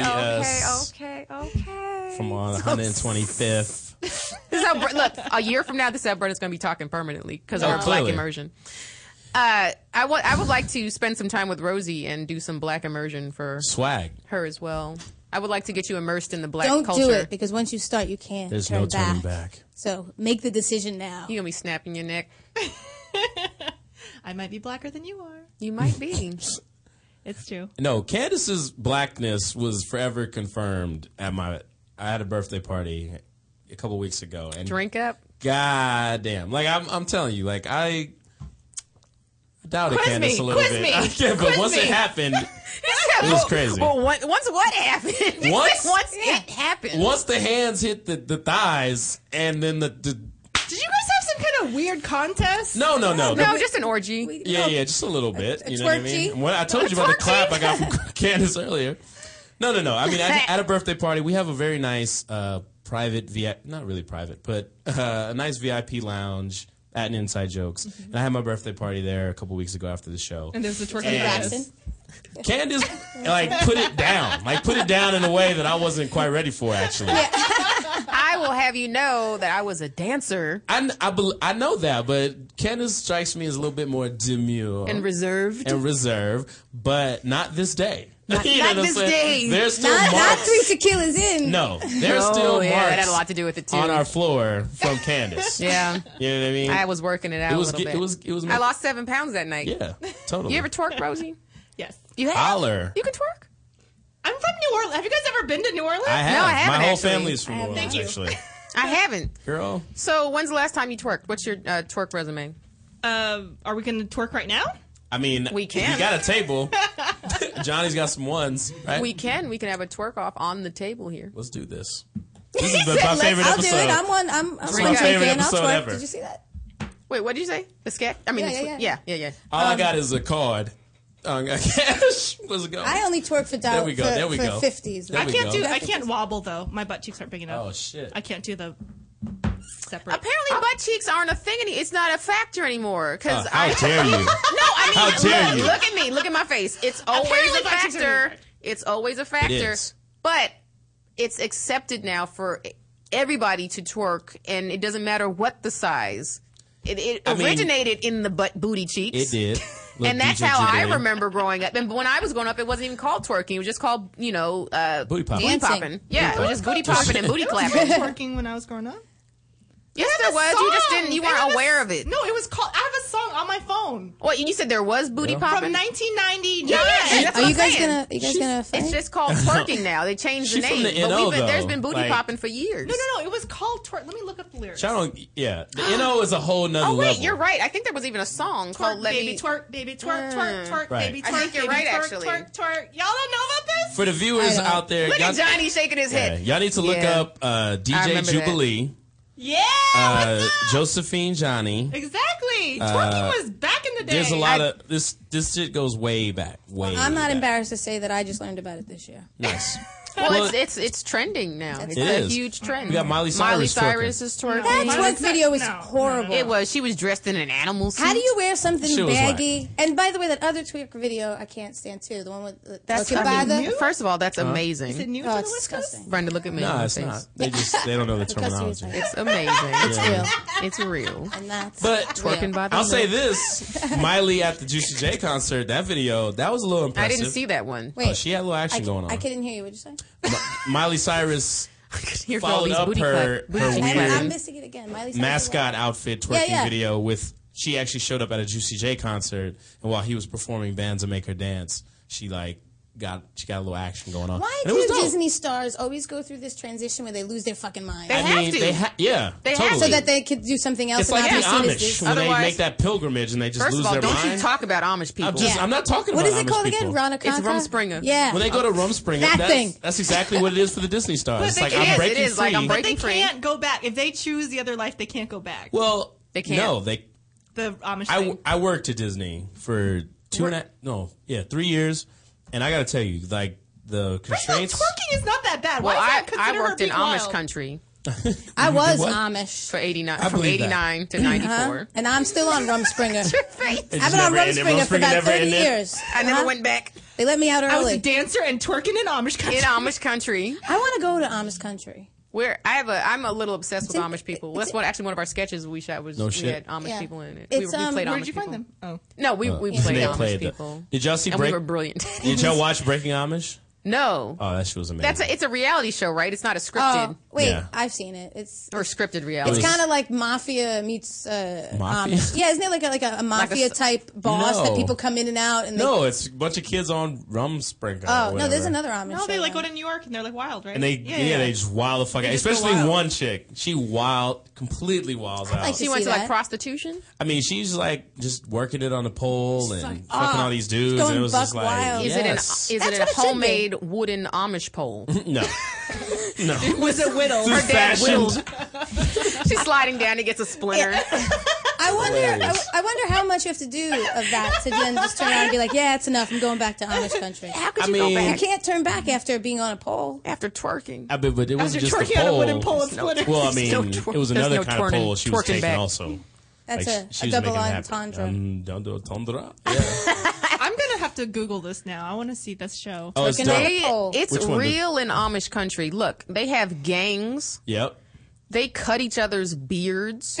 okay, Opharius. okay, okay. Oh, From on 125th. This is how, Bert- look, a year from now, this is how Brenda's going to be talking permanently because Oh, of our black clearly. immersion. Uh, I wa- I would like to spend some time with Rosie and do some black immersion for Swag. her as well. I would like to get you immersed in the black Don't culture. do it because once you start, you can't. There's turn no turning back. So make the decision now. You're gonna be snapping your neck. I might be blacker than you are. You might be. it's true. No, Candace's blackness was forever confirmed at my. I had a birthday party a couple weeks ago, and Drink up. God damn! Like I'm, I'm telling you, like I. I doubted Quiz Candace me, a little quiz bit, me, I can't, but quiz once me. it happened, it was crazy. Well, one, once what happened? Once- once it happened. once the hands hit the, the thighs, and then the, the Did you guys have some kind of weird contest? No, no, no. No, The- just an orgy. Yeah, yeah, just a little bit. You know what I mean? twerky? When I told you about the clap I got from Candace earlier. No, no, no. I mean, at, at a birthday party, we have a very nice uh, private VIP, not really private, but uh, a nice VIP lounge at an Inside Jokes. Mm-hmm. And I had my birthday party there a couple weeks ago after the show. And there's the twerking And contest. Candace, like, put it down. Like, put it down in a way that I wasn't quite ready for, actually. I will have you know that I was a dancer I, kn- I, bel I know that, but Candace strikes me as a little bit more demure. and reserved. and reserve, but not this day. Not- You know not what I'm this saying? day. There's still Not, not marks. three tequilas in. No, there's Oh, still yeah, marks that had a lot to do with it, too. on our floor from Candace. Yeah. you know what I mean. I was working it out It was a little ge- bit. it was- it was- I lost seven pounds that night. yeah, totally. You ever twerk, Rosie? yes. You have. Holler. You can twerk. I'm from New Orleans. Have you guys ever been to New Orleans? I have. No, I haven't, My whole actually. family's from I New haven't. Orleans, Thank you. actually. I haven't. Girl, So when's the last time you twerked? What's your uh, twerk resume? Um, are we going to twerk right now? I mean, We can. You got a table. Johnny's got some ones, right? We can. We can have a twerk off on the table here. Let's do this. This is the, Said, my "Let's- favorite I'll episode. do it. I'm one. I'm, I'm It's one my drinker favorite and I'll episode twerk. ever. Did you see that? Wait, what did you say? The sketch? I mean, Yeah, the yeah, sw- yeah, yeah, yeah. All I got is a card. Oh, I got cash. Let's go. I only twerk for dollars. There we go. For, There we for go. 50s. There I we can't go. do. I can't wobble though. My butt cheeks aren't big enough. Oh, shit. I can't do the separate. Apparently, butt cheeks aren't a thing. Any, it's not a factor anymore. Because Uh, how dare you. no, I mean, How dare look, you. look at me. Look at my face. It's always a Apparently butt cheeks are factor. It's always a factor. is. But it's accepted now for everybody to twerk, and it doesn't matter what the size. It, it I mean, originated in the butt booty cheeks. It did. Little and that's DJ how Jidane. I remember growing up. And when I was growing up, it wasn't even called twerking. It was just called, you know, uh, Booty popping. Booty Dancing. popping. Yeah, Booty it was just popping. booty popping and booty There was clapping. Twerking when I was growing up. Yes, They there have a was. You just song. didn't. You They weren't have a aware s- of it. No, it was called. I have a song on my phone What you said? There was booty from popping. 1999. yeah, yeah, that's what Are you I'm guys saying. gonna? Are you guys gonna? Fight? It's just called twerking now. They changed the She from name, the but NO we've been, there's though, been booty like- popping for years. No, no, no. It was called twerk. Let me look up the lyrics. Which I don't. Yeah, the no is a whole nother Oh wait, level. you're right. I think there was even a song called Twerk, "Let baby Me." twerk, baby twerk, Mm. twerk, twerk, Right. baby twerk. I think you're baby right, twerk, actually. Twerk, twerk. Y'all don't know about this? For the viewers out there, Look y'all, at Johnny shaking his yeah, head. y'all need to look Yeah. up I uh, DJ remember that. Oh Jubilee, Yeah. uh, Josephine Johnny. Exactly. Uh, Twerking was back in the day. There's a lot I- of this. This shit goes way back. Way. I'm not back. embarrassed to say that I just learned about it this year. Nice. Well, it's, it's it's trending now. It's It a is. huge trend. We got Miley Miley Cyrus Cyrus twerking. is twerking. That Why twerk is that- video was no, no, no. horrible. It was. She was dressed in an animal suit. How do you wear something She was baggy? And by the way, that other twerk video I can't stand too. The one with the That's Look at fucking- Bada. First of all, that's Is it amazing. new to Oh, the it's West Coast? disgusting. Brenda, look at me. in no, my it's face. not. They just they don't know the terminology. It's amazing. It's real. It's real. And that's But Twerking by the I'll say look. this: Miley at the Juicy J concert, that video that was a little I impressive. didn't see that one. Wait, Oh, she had a little I, action c- going on. I couldn't hear you. What'd you say? Miley Cyrus I could hear all followed these up booty her clap- booty her cheeks I'm, weird I'm missing it again. Miley Cyrus. mascot outfit twerking Yeah, yeah. video with she actually showed up at a Juicy J concert and while he was performing bands and make her dance, she like got she got a little action going on. Why And it do was dope. Disney stars always go through this transition where they lose their fucking mind? They I have mean, to. they ha- yeah, They have totally. to. so that they could do something else it's and like not the be seen as Amish this. when they Otherwise- make that pilgrimage and they just First lose of all, their don't mind. you talk about Amish people. I'm just I'm not talking What about is it Amish called people. again? Rana It's Rumspringa. Yeah. When they go to Rumspringa, That that's, thing. that's exactly what it is for the Disney stars. It's they like can- I'm it is, it breaking is like I'm free. But they Breaking free. can't go back. If they choose the other life, they can't go back. well, They can't. no, they the Amish I, thing. I worked at Disney for two and a no, yeah, three years, and I got to tell you, like the constraints. Twerking is not that bad. Well, Why I, is that I considered worked in being wild? Amish country. I was What? Amish for eighty nine I from believe eighty that. nine to ninety Uh-huh. four. And I'm still on Rumspringer. I've It been just on never ended. Rumspringer for Rumspringer about never 30 ended. years. Uh-huh. I never went back. They let me out early. I was a dancer and twerking in Amish country. In Amish country. I want to go to Amish country. Where I have a, I'm a little obsessed with Amish people. Well, that's what actually one of our sketches we shot was No we shit. had Amish Yeah. people in it. we, It's, were- we um, played where Amish did you people. find them? Oh no, we Uh, we they played Amish played the- people. Did y'all see And Break? we were brilliant. Did y'all watch Breaking Amish? No. Oh, that shit was amazing. That's a, it's a reality show, right? It's not a scripted. Oh, wait, Yeah. I've seen it. It's or scripted reality. Oh. it's kind of like mafia meets uh, Mafia? Amish. Yeah, isn't it like a, like a, a mafia type boss No. that people come in and out and no, they, it's a bunch of kids on Rumspringer. Oh, or no, there's whatever. another Amish. No, they like go to New York and they're like wild, right? And they yeah, they just wild the fuck out. just go Especially wild. one chick, she wild, completely wilds out. she went to like prostitution. I mean, she's like just working it on the pole and like, fucking ah, all these dudes, and it was just like, is it an yes. is it a That's what it should be. homemade wooden Amish pole? no, no. was it whittled? Her dad Fashioned. whittled. She's sliding down and gets a splinter. I wonder. I, I wonder how much you have to do of that to then just turn around and be like, "Yeah, it's enough. I'm going back to Amish country." How could I you go mean- back? You can't turn back after being on a pole. After twerking. I mean, but it wasn't you're just the twerking on a pole. wooden pole and splitters. well, I There's mean, no twer- it was there's another no kind of twerking- pole she was twerking taking back. also. That's Like, a- a she was double making it happen. entendre. Um, double entendre. I'm gonna have to Google this now. I want to see this show. Oh, it's Twerking on They- a pole. it's Which one? real in Amish country. Look, they have gangs. Yep. They cut each other's beards.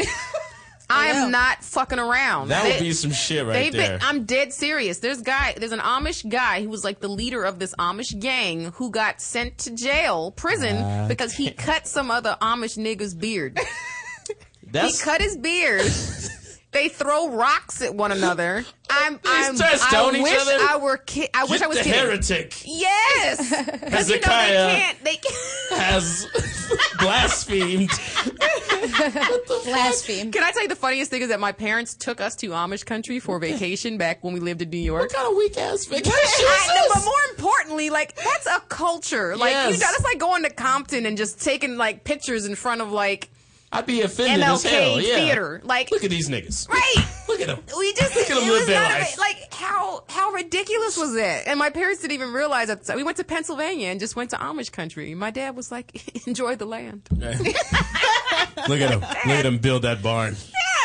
I am not fucking around. That would They- be some shit right They've there. been, I'm dead serious. There's guy, there's an Amish guy who was like the leader of this Amish gang who got sent to jail, prison, Ah. because he cut some other Amish nigga's beard. That's- he cut his beard. they throw rocks at one another. I'm, I'm, try to stone I each wish other? I were ki- I wish Get I was the kidding. heretic. Yes, because you know they Hezekiah. can't. They can't. has blasphemed. Um, Blaspheme. Can I tell you the funniest thing is that my parents took us to Amish country for vacation back when we lived in New York. What kind of weak ass vacation I know, is but more importantly, like that's a culture. Like you Yes. know, that's like going to Compton and just taking like pictures in front of like I'd be offended as MLK hell. Yeah. theater, like- look at these niggas. right. Look at them. We just Look at 'em it live was their not a- life. like how how ridiculous was that? And my parents didn't even realize that we went to Pennsylvania and just went to Amish country. My dad was like, enjoy the land. Look at them. Look at them build that barn. Yeah,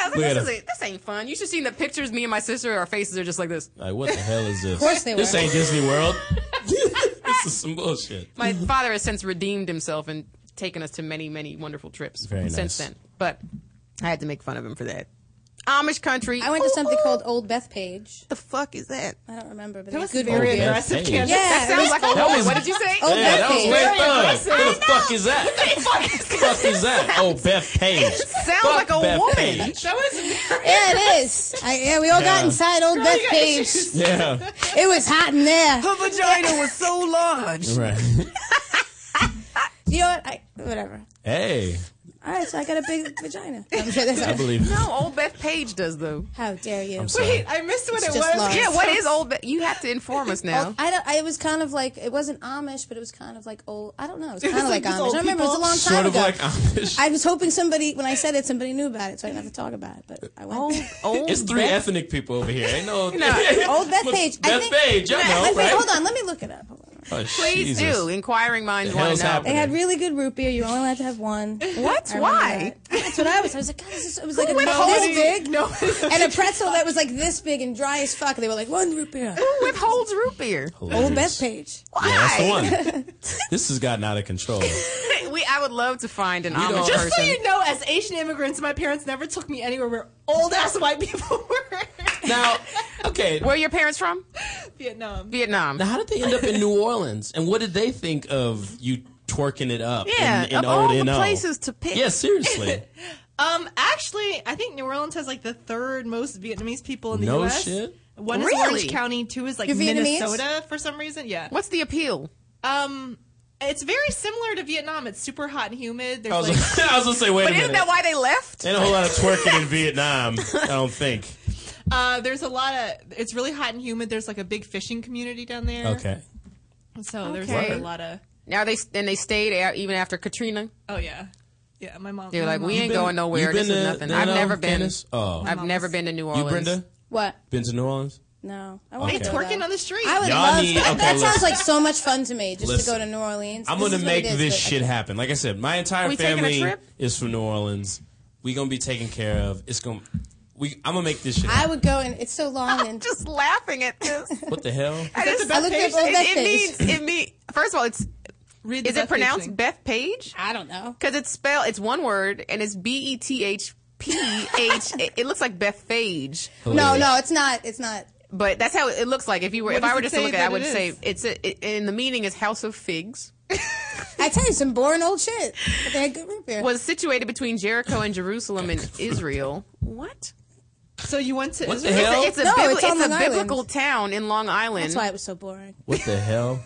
I was like, Look at this, 'em. is, this ain't fun. You should seen the pictures. Me and my sister, our faces are just like this. Like, what the hell is this? Of course they This were. ain't Disney World. this is some bullshit. My father has since redeemed himself and taken us to many, many wonderful trips Very nice. since then. But I had to make fun of him for that. Amish country. I went to something called Old Bethpage. The fuck is that? I don't remember, but That it was good very radio. aggressive Bethpage. Yeah, Kansas. That it sounds was like a cool. woman. What did you say? Old yeah, that was Bethpage. way Very thug. aggressive. Who the fuck is that? fuck is that? Oh, Beth Page. Sounds Fuck like a Beth woman. Page. That was Yeah, it is. I, yeah, we all got Yeah. inside Old Girl, you got Bethpage. Yeah. It was hot in there. Her vagina was so large. Right. You know what? I, whatever. Hey. All right, so I got a big vagina. No, I'm kidding. I believe it. No, old Beth Page does though. How dare you? sorry. Wait, I missed what It's it just was. lost. Yeah, what is old? Beth? You have to inform us now. Old- I don't. I, it was kind of like it wasn't Amish, but it was kind of like old. I don't know. It was It was kind of like like, just Amish. old I remember it was a people. long time Sort of ago. like Amish. I was hoping somebody when I said it, somebody knew about it, so I didn't have to talk about it. But I went. Old, old It's three ethnic people over here. Ain't no. old Beth But Oh, Page. I Beth think, Page, y'all know, Wait, wait, right? hold on. Let me look it up. Oh, Please Jesus. do. Inquiring minds The want hell's to know. happening? They had really good root beer. You're only allowed to have one. What? I remember Why? that. That's what I was. I was like, God, this is, it was like a went this holding- big, No. and a pretzel that was like this big and dry as fuck. And they were like, one root beer. Who withholds root beer? Old Beth Page. Yeah, that's the one. this has gotten out of control. we, I would love to find an We don't- Amish Just person. Just so you know, as Asian immigrants, my parents never took me anywhere where old ass white people were. Now, okay. Where are your parents from? Vietnam. Vietnam. Now, how did they end up in New Orleans? And what did they think of you twerking it up? Yeah, in, in old of all the NO? places to pick. Yeah, seriously. Um, actually, I think New Orleans has like the third most Vietnamese people in the No U.S. shit. One is Really? Orange County, two is like You're Vietnamese? Minnesota for some reason. Yeah. What's the appeal? Um, it's very similar to Vietnam. It's super hot and humid. There's I was, like I was gonna say, wait a but minute. isn't that why they left? Ain't a whole lot of twerking in Vietnam. I don't think. uh, there's a lot of. It's really hot and humid. There's like a big fishing community down there. Okay. So there's Okay. like a lot of. Now they and they stayed out even after Katrina. Oh yeah, yeah. My mom. They were my like, mom- we ain't been- going nowhere. you This been is to- nothing. to I've New never Orleans, been. Candace? Oh. I've never been to New Orleans. You, Brenda, What? been to New Orleans? No, I They want to go, twerking though. on the street. I would Y'all love. need- that- okay, that listen. sounds like so much fun to me, just Listen. to go to New Orleans. I'm This gonna is what it make is, this but I shit can't. happen. Like I said, my entire We taking a family trip? is from New Orleans. We gonna be taken care of. It's gonna. We. I'm gonna make this shit. I happen. would go, and it's so long. and just laughing at this. What the hell? I just I looked up all it, Beth it Page. means it means. First of all, it's Read the is it Beth Page pronounced thing. Beth Page? I don't know because it's spelled. It's one word and it's B E T H P H. It it looks like Beth Page. No, no, it's not. It's not. But that's how it looks like. If you were, What if does I were it just to say look at, it, I that would it is? say it's a, it, in the meaning is House of Figs. I tell you, some boring old shit. But they had good root beer. Was situated between Jericho and Jerusalem in Israel. What? So you went to What the Israel? hell? It's a, No, bibli- it's on it's a Long Island. biblical town in Long Island. That's why it was so boring. What the hell?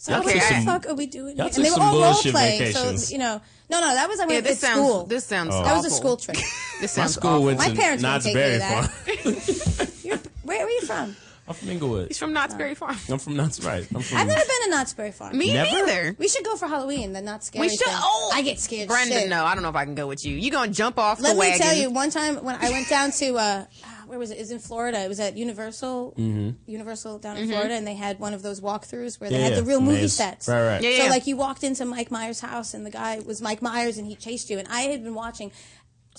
So I Y'all was like, what took the some- fuck are we doing? y'all here? took And they were some all role bullshit playing, vacations. so you know. No, no, that was I went Yeah, this at sounds- school. this sounds Oh. That was a school awful. trip. This My sounds school awful. went My to parents wouldn't Knott's take Berry me to that. Farm. Where, where are you from? I'm from Inglewood. He's from Knott's Berry Farm. I'm from Knott's Right. I'm from. I've never been to Knott's Berry Farm. Me Never? neither. We should go for Halloween. The not scary. We should. Thing. Oh, I get scared. Brenda, shit. no, I don't know if I can go with you. You gonna jump off Let the me wagon? tell you, one time when I went down to uh, ah, where was it? It was in Florida. It was at Universal, Mhm. Universal down Mhm. in Florida, and they had one of those walkthroughs where they Yeah, had yeah. the real movie Maze. sets. Right, right. Yeah, so yeah. like you walked into Mike Myers' house, and the guy was Mike Myers, and he chased you. And I had been watching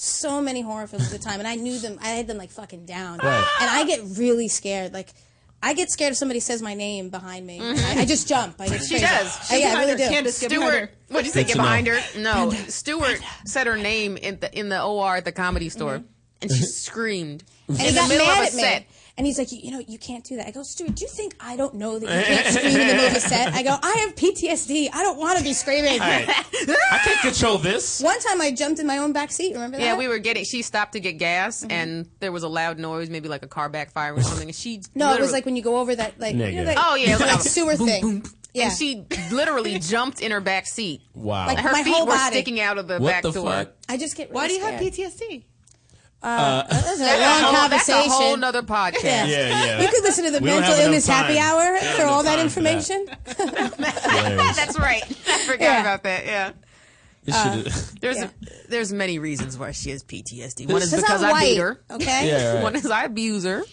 so many horror films at the time, and I knew them. I had them like fucking down, Right. and I get really scared. Like. I get scared if somebody says my name behind me. I, I just jump. I get Mm-hmm. She crazy. does. I, She's yeah, I really behind do. her. Candace, get behind Stuart- her. what'd you say, Good get to behind know. her? No, Stuart said her name in the in the OR at the comedy store, Mm-hmm. and she screamed And in he the got middle mad of a at me. set. And he's like, you, you know, you can't do that. I go, Stuart, do you think I don't know that you can't scream in the movie set? I go, I have PTSD. I don't want to be screaming. All right. I can't control this. One time I jumped in my own back seat. Remember that? Yeah, we were getting. She stopped to get gas, Mm-hmm. and there was a loud noise, maybe like a car backfire or something. And she No, it was literally- like when you go over that, like, you know, Nigga. that- Oh, yeah, it was that like- sewer thing. Yeah. And she literally jumped in her back seat. Wow. Like her my feet whole were body. sticking out of the What back the door. fuck? I just get. Why do you have PTSD? PTSD? Uh, That's That's a a long whole- that's a conversation. whole nother podcast. Yeah, Yeah, yeah. You could listen to the We don't mental have enough illness happy time. hour We don't for have all enough that time for that. information. Hilarious. That's right. I forgot Yeah. about that. Yeah. This should've- There's Yeah. there's many reasons why she has PTSD. One is Because because I'm I beat white, Oh. her. okay? Yeah, right. One is I abuse her.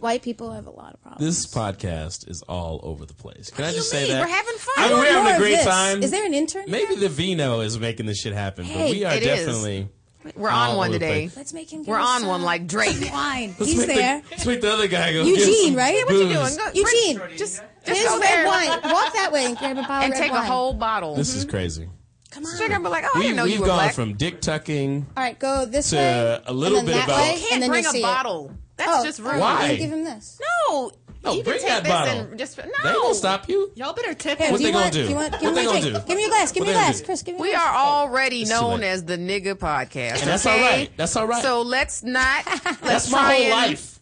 White people have a lot of problems. This podcast is all over the place. Can I just say mean? that We're having fun. I I mean, want we're having more a of great this. time. Is there an intern? Maybe the vino is making this shit happen, but Hey, we are it is. definitely. We're all on one over the today. place. Let's make him. Give We're us on some- one like Drake. some Wine. Let's He's make there. The, let's make the other guy go. get Eugene, some right? Hey, what you doing? booze. Go- Eugene, Bring- just just Here's go there red wine. Walk that way and grab a bottle and of red take wine. a whole bottle. This is crazy. Come on. Sugar, but like, oh, Mm-hmm. I we, didn't know we've you were gone black. from dick tucking. All right, go this to way. a little and then bit that about- way, You can't and then bring you'll a see it. bottle. That's Oh, just oh, rude. you Why? Give him this. No, No, you bring can that take this bottle. and just no. They won't stop you. Y'all better tip Here, him. What do they you gonna want, do? You want, give What him they my gonna drink. do? Give me your glass. Give What me your they gonna glass, do? Chris. Give me We your are glass. already It's too known late. as the nigga podcast. And that's okay? all right. That's all right. So let's not. Let's That's try my whole and- life.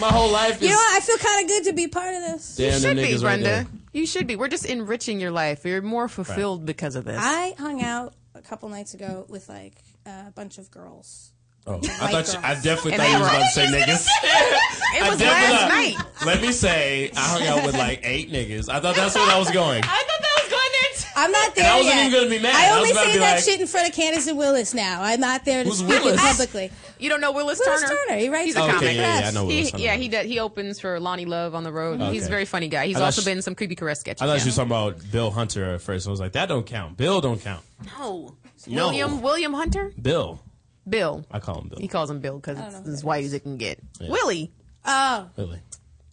My whole life You is know what? I feel kind of good to be part of this. damn You should them be, niggas right Brenda. there. you should be. We're just enriching your life. You're more fulfilled because of this. I hung out a couple nights ago with like a bunch of girls. Oh, I White thought you, I girls. definitely And thought you they was were- about to say niggas. it I was definitely last thought- night. Let me say, I hung out with like eight niggas. I thought that's where I was going. I thought that was going there. Too. I'm not there I wasn't yet. even gonna be mad. I I was only about to say be that like- shit in front of Candace and Willis now. I'm not there to Who's speak it Willis? publicly. You don't know Willis, Willis Turner? Turner, he writes He's a Okay, comic. yeah, yeah, I know Willis, I He, know yeah, Willis. he does. He opens for Lonnie Love on the road. Mhm. He's a Okay. very funny guy. He's I thought also she- been in some creepy caress sketches. I thought yeah. you were talking about Bill Hunter at first. I was like, that don't count. Bill don't count. No. No. William William Hunter? Bill. Bill. I call him Bill. He calls him Bill because know it's who as white as it can get. Yeah. Willie. Oh, Willie.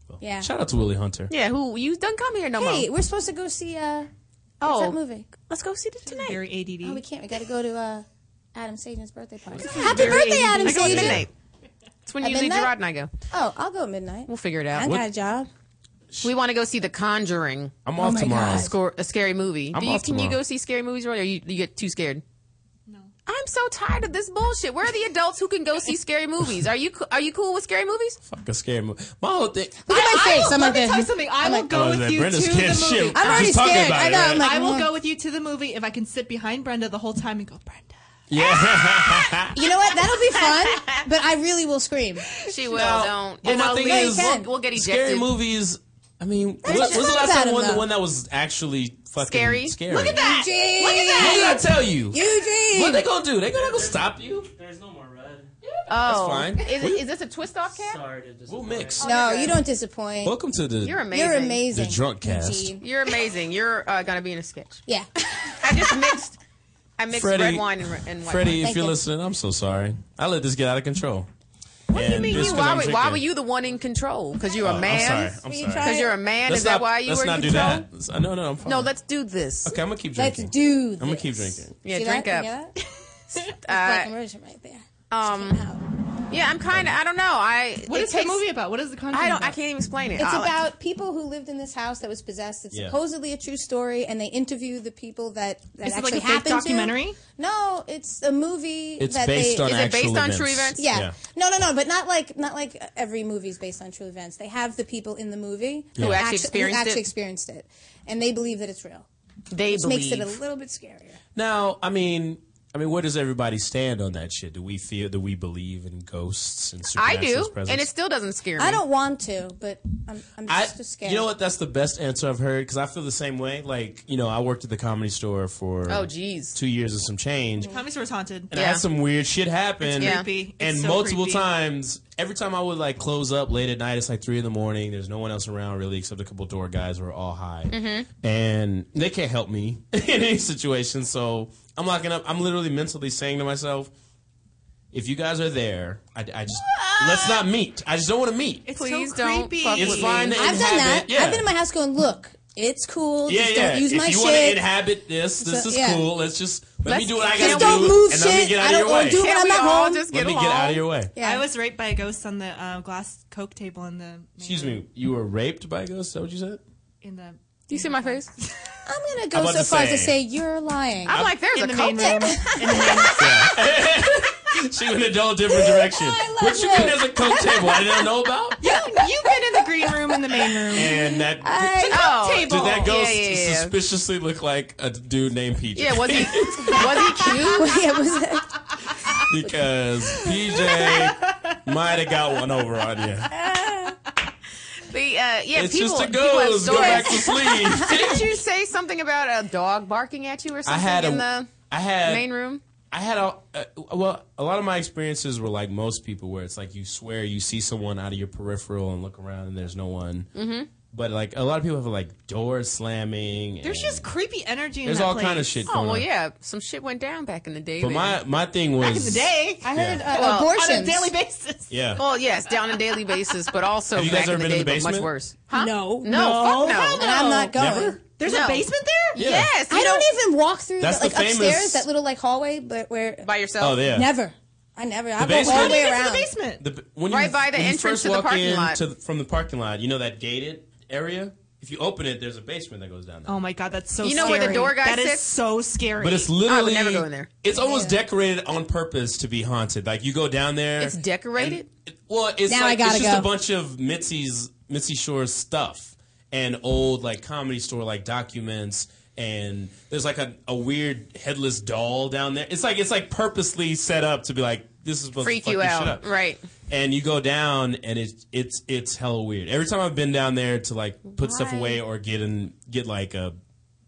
Well, Yeah. Shout out to Willie Hunter. Yeah, who you don't come here no hey, more. we're supposed to go see uh, Oh. what's that movie? Let's go see it tonight. Very ADD. Oh, we can't. We got to go to uh, Adam Sajan's birthday party. This is Happy very birthday, ADD. Adam I go at Sajan! midnight. It's when At usually midnight? Gerard and I go. Oh, I'll go at midnight. We'll figure it out. I What- got a job. We want to go see The Conjuring. I'm off tomorrow. Score a scary movie. I'm Do you, off can you tomorrow. go see scary movies, Roy, or you, you get too scared? No. I'm so tired of this bullshit. Where are the adults who can go see scary movies? Are you co- are you cool with scary movies? Fuck a scary movie. My whole thing. Look at my I face. will- I'm let like me this. tell you something. I I'm will like- go Oh, with that you Brenda's to kid the shit. movie. I'm We're already just talking scared. about I it, know. right? I'm like, I will mm. go with you to the movie if I can sit behind Brenda the whole time and go, Brenda. You know what? That'll be fun. But I really will scream. She will. Don't. Well, my No, thing we- is, we'll, we'll get ejected. scary movies. I mean, what, was nothing the wrong last about time them, one, the though. one that was actually fucking Scary? Scary. Look at that. Eugene. What did I tell you? Eugene. What they gonna do? They gonna go stop you? There's no more red. Oh, Oh, fine. Is, is this a twist off cat? We'll mix. Oh, No, you're you good. don't disappoint. Welcome to the. You're amazing. You're amazing. The drunk cast. Gee. You're amazing. You're uh, gonna be in a sketch. Yeah. I just mixed. I mixed Freddie- red wine and, re- and white wine. Freddie, if you're listening, I'm so sorry. I let this get out of control. What I mean, you, why, were- why were you the one in control? Because you're Oh, a I'm man. sorry. I'm Were you sorry. trying- Because you're a man. Let's Is not- that why you let's were not in do control? that. Let's- uh, no, no, I'm fine. No, let's do this. Okay, I'm gonna keep Let's drinking. do I'm gonna keep drinking. Yeah, See drink that? up. Yeah. Uh, Immersion right there. um, yeah, I'm kind of. I don't know. I. What it is the takes- movie about? What is the content? I don't. I about? can't even explain it. It's I'll- about people who lived in this house that was possessed. It's Yeah. supposedly a true story, and they interview the people that that Is it like actually a fake happened. to. documentary? No, it's a movie. It's that based they, on Is it based actual on true events. events? Yeah. Yeah. No, no, no. But not like not like every movie is based on true events. They have the people in the movie Who actually actu- experienced who it? actually experienced it, and they believe that it's real. They which makes it a believe. little bit scary. Now, I mean, I mean, where does everybody stand on that shit? Do we feel? Do we believe in ghosts and I supernatural do, presence? and it still doesn't scare me. I don't want to, but I'm, I'm I, just too scared. you know what? That's the best answer I've heard because I feel the same way. Like, you know, I worked at the comedy store for Oh, jeez. two years and some change, Comedy Store's haunted. and I had some weird shit happen. It's Yeah. creepy. And It's so multiple creepy. times, every time I would like close up late at night, it's like three in the morning. There's no one else around really except a couple door guys who are all high, Mhm. Mm-hmm. and they can't help me in any situation. So I'm locking up. I'm literally mentally saying to myself, "If you guys are there, I, I just let's not meet. I just don't want to meet." It's Please so don't creepy. fuck It's with fine me. to I've done that. inhabit- yeah. I've been in my house going, look, it's cool. Yeah, just yeah. don't use if my you want to shit. inhabit this, this So, is yeah. cool. Let's just let Let's- me do what I just gotta don't do, move and let me shit. get out I of don't your wanna way. do it Can't when we I'm at all home. let me get out of your way. I was raped by a ghost on the uh, glass Coke table in the Excuse me. You were raped by a ghost. Is that what you said? in the. Do you see my face? I'm gonna I'm go about so to far say- to say you're lying. I'm like, there's In a the cult main room. she went a whole different direction. What you mean? There's a coke table I didn't know about. You, you've been in the green room in the main room. And that I- Oh. did that Yeah, ghost yeah, yeah, yeah. suspiciously look like a dude named PJ? Yeah, was he was he cute? yeah, was it? because PJ might have got one over on you. The uh, yeah, It's people, just a people have ghost. Go back to stories. sleep. Didn't you say something about a dog barking at you or something had a- in the I had- main room? I had a uh, well, a lot of my experiences were like most people, where it's like you swear you see someone out of your peripheral and look around and there's no one. Mm-hmm. But like a lot of people have like doors slamming. and- There's just creepy energy in There's that all place. kind of shit Oh going well, on. yeah, some shit went down back in the day. But man. my my thing was Back in the day, I heard, Yeah. uh, on a daily basis. Yeah. Well, yes, down a daily basis, but also Have you back guys ever in the been day, in the but much basement? worse. Huh? No. no, No. fuck no. Hell no. And I'm not going. Never? There's a No. basement there? Yeah. Yes, I you don't know- even walk through That's like the famous- upstairs, that little like hallway, but where by yourself. Oh, yeah. Never. I never. I The walk all basement? the way How do you around. get basement. The, when Right by the when entrance first to the walk parking in lot. To, from the parking lot, you know that gated area. If you open it, there's a basement that goes down there. Oh my god, that's so. You know where the scary. door guy That is sits? so scary. But it's literally never go in there. It's almost decorated on purpose to be haunted. Like you go down there. It's decorated. Well, it's Now like I gotta it's just go. a bunch of Mitzi's Mitzi Shore's stuff and old like comedy store like documents and there's like a, a weird headless doll down there. It's like it's like purposely set up to be like this is supposed Freak to fuck you this shit out, up. right? And you go down and it's it's it's hella weird. Every time I've been down there to like put stuff Why? away or get in get like a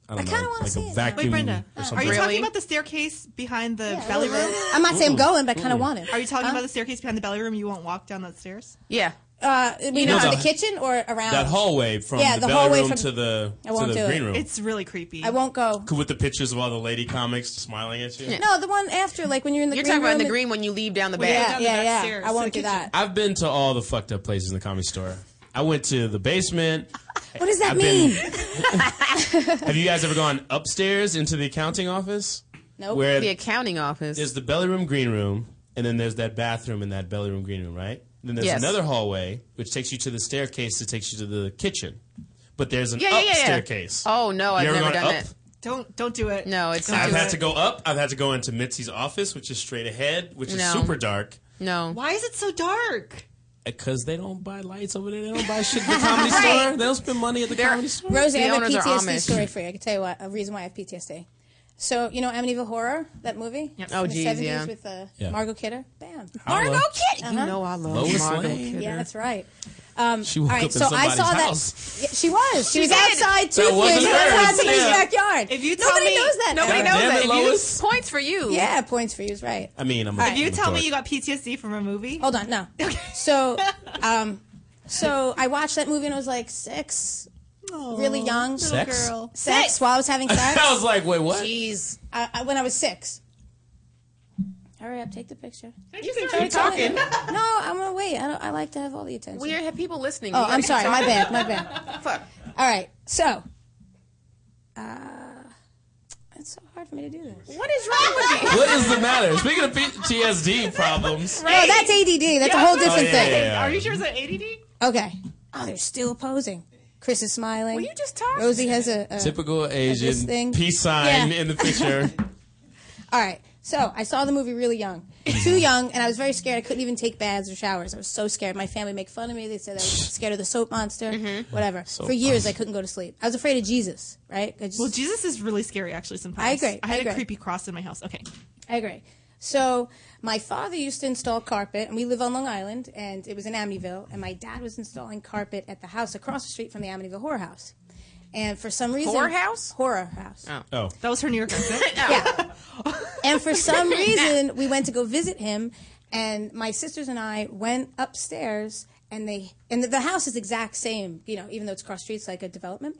I don't know like a vacuum Wait, Brenda, or are something. you talking about the staircase behind the Yeah. belly room? I'm not saying I'm going, but I kind of Ooh. want it. Are you talking Huh? about the staircase behind the belly room? You won't walk down that stairs. Yeah. Uh, you You mean know on the- the kitchen or around? that hallway from Yeah, the, the belly hallway room from- to the I won't to the do it. green room. It's really creepy. I won't go. with the pictures of all the lady comics smiling at you. No, the one after, like when you're in the You're green talking about room the and- green when you leave down the Well, yeah, back. yeah, yeah. I won't do that. I've been to all the fucked up places in the comedy store. I went to the basement. What does that I've been- mean? Have you guys ever gone upstairs into the accounting office? Nope. Where- the accounting office. There's the belly room, green room, and then there's that bathroom and that belly room, green room, right? Then there's Yes. another hallway which takes you to the staircase that takes you to the kitchen. But there's an yeah, up yeah, yeah. staircase. Oh no, You I've ever never gone done up? that. Don't don't do it. No, it's not. I've had to go up. I've had to go into Mitzi's office, which is straight ahead, which is No. super dark. No. Why is it so dark? Because they don't buy lights over there. They don't buy shit at the comedy Right. store. They don't spend money at the comedy store. Rosie, I have a owners are PTSD Amish. story for you. I can tell you what, a reason why I have PTSD. So, you know Amityville Horror, that movie? Oh, From the geez, 70s yeah. with uh, Yeah. Margot Kidder? Bam. Holla. Margot Uh-huh. Kidder! You know I love Margot Kidder. Yeah, that's right. Um, She woke all right, up in so I somebody's saw house. that. Yeah, she was. She, She was did. outside That toothpicks wasn't hers. outside somebody's Yeah. backyard. If you tell nobody me- knows that. nobody now. knows Damn it, that. If you- Lois. points for you. Yeah, points for you is right. I mean, I'm. a- If you I'm a tell me dork. you got PTSD from a movie, Hold on, no. So, um, so I watched that movie and I was like six, really young, little Sex? girl. sex while I was having sex. I was like, wait, what? Jeez, I, I, when I was six. Hurry up, take the picture. You Keep No, I'm gonna wait. I, don't, I like to have all the attention. We have people listening. Oh, We gotta I'm keep sorry. My talking. bad. My bad. Fuck. All right. So, uh, it's so hard for me to do this. What is wrong with you? What is the matter? Speaking of PTSD problems, No, Oh, that's ADD. That's a whole different Oh, yeah, thing. yeah, yeah. are you sure it's an ADD? Okay. Oh, they're still posing. Chris is smiling. Will you just talk? Rosie has a, a typical this thing. Asian peace sign Yeah. in the picture. All right. So I saw the movie really young, too young, and I was very scared. I couldn't even take baths or showers. I was so scared. My family make fun of me. They said I was scared of the soap monster, whatever. Soap For years, I couldn't go to sleep. I was afraid of Jesus, right? I just- Well, Jesus is really scary, actually. Sometimes I agree, I had I a agree. creepy cross in my house. Okay, I agree. So my father used to install carpet, and we live on Long Island, and it was in Amityville, and my dad was installing carpet at the house across the street from the Amityville Horror House. And for some reason, Horror house? horror house. Oh, that was her New York accent. And for some reason, we went to go visit him, and my sisters and I went upstairs, and they and the, the house is exact same, you know, even though it's cross streets like a development,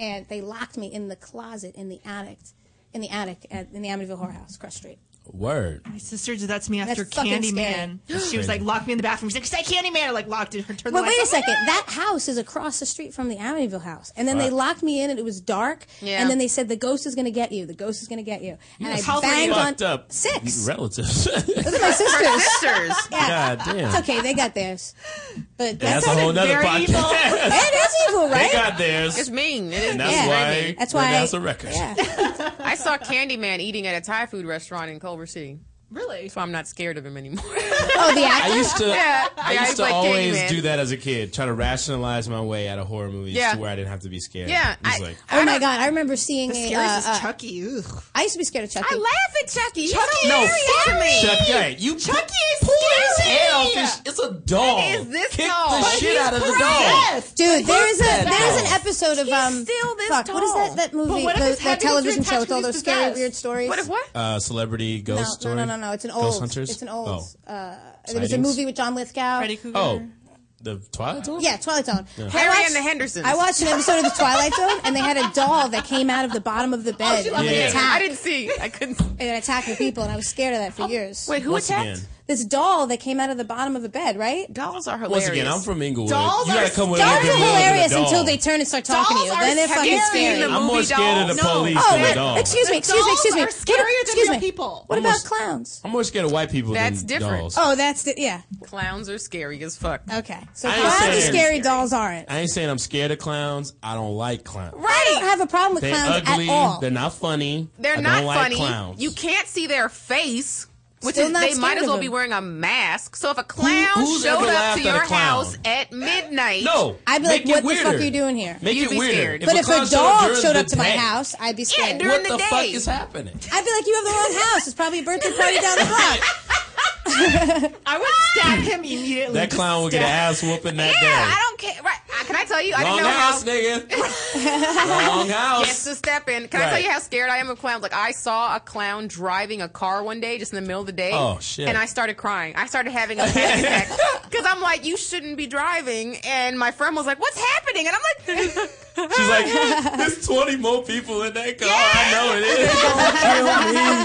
and they locked me in the closet in the attic, in the attic at, in the Amityville Horror House across street. word. My sister did that to me after That's fucking Candyman. scary. She was like, locked me in the bathroom. She's like, say Candyman. I like locked it. Her turned Wait, the wait a lights off. second. That house is across the street from the Amityville house. And then they Wow. locked me in and it was dark. Yeah. And then they said, the ghost is going to get you. The ghost is going to get you. And Yes. I banged on. Fucked up Six. relatives. Those are my sisters. sisters. Yeah. God damn. It's okay. They got theirs. But Yeah, that's a whole nother very podcast. evil. it is evil, right? They got theirs. It's mean. It is And that's mean. why. That's why- That's a record. I saw Candyman eating at a Thai food restaurant in Culver City. Really? So I'm not scared of him anymore. oh, the I used to. Yeah. I Yeah, used it's to like always Candyman. do that as a kid. Try to rationalize my way out of horror movies Yeah. to where I didn't have to be scared. Yeah, It's I- like, Oh my god! I remember seeing The a, scariest uh, is uh, Chucky. Ugh. I used to be scared of Chucky. I laugh at E. Chucky. Chucky E. no, is fuck scary. Chucky. Hey, you Chucky is scary. It's a dog. is this Kick dog. the But shit he's out of the dog. possessed. Dude, there is a there He's is an possessed. episode of um fuck, what is that that movie But what if the, his head that is television reattached show with all when those he's scary possessed? weird stories? What if what? Uh, celebrity No, ghost no, story. no, no, no. It's an old. Ghost hunters. Oh. It's an old. Mm-hmm. Uh, there was a Sightings? movie with John Lithgow. Freddy Oh. oh, the Twilight Zone. Yeah, Twilight Zone. Yeah. I Harry and watched- the Hendersons. I watched an episode of the Twilight Zone, and they had a doll that came out of the bottom of Oh, the bed and Yeah. attacked. I Oh, didn't see. I couldn't. and attacked the people, and I was scared of that for years. Wait, who Once attacked? again. This doll that came out of the bottom of a bed, right? Dolls are Once again, I'm from Inglewood. Dolls you gotta are come with a Dolls are little bit more than a hilarious dog. until they turn and start talking to you. Dolls Then are they're scary. fucking scary. The I'm more movie scared of the Dolls? police No. than a Oh, dog. Excuse me, excuse me, excuse me. Dolls are scarier than excuse real me. people. What about Almost- clowns? I'm more scared of white people That's than different. dolls. Oh, that's the, yeah. Clowns are scary as fuck. Okay. So I ain't clowns are saying- scary, dolls aren't. I ain't saying I'm scared of clowns. I don't like clowns. I don't have a problem with They're clowns ugly. at all. They're not funny. They're I not don't like funny. clowns. You can't see their face, which Still is not they might scared as of well them. be wearing a mask. So if a clown who's showed ever up laughed to at a your clown? house at midnight, No. I'd be Make like, what it the fuck weirder. are you doing here? Make You'd it be weirder. scared. but if clown a showed up dog during showed up the to my day, house, I'd be scared. during what the the, day. fuck is happening? I'd be like, you have the wrong house. It's probably a birthday party down the block. I would stab him immediately. That clown will get an ass whooping that yeah, day. I don't care. Right? Uh, Can I tell you? I Wrong didn't know house, how. nigga. Wrong house. Yes, to step in. Can I tell Right. you how scared I am of clowns? Like I saw a clown driving a car one day, just in the middle of the day. Oh, shit. And I started crying. I started having a panic attack because I'm like, you shouldn't be driving. And my friend was like, what's happening? And I'm like, She's like, there's 20 more people in that car. I know it is. Don't kill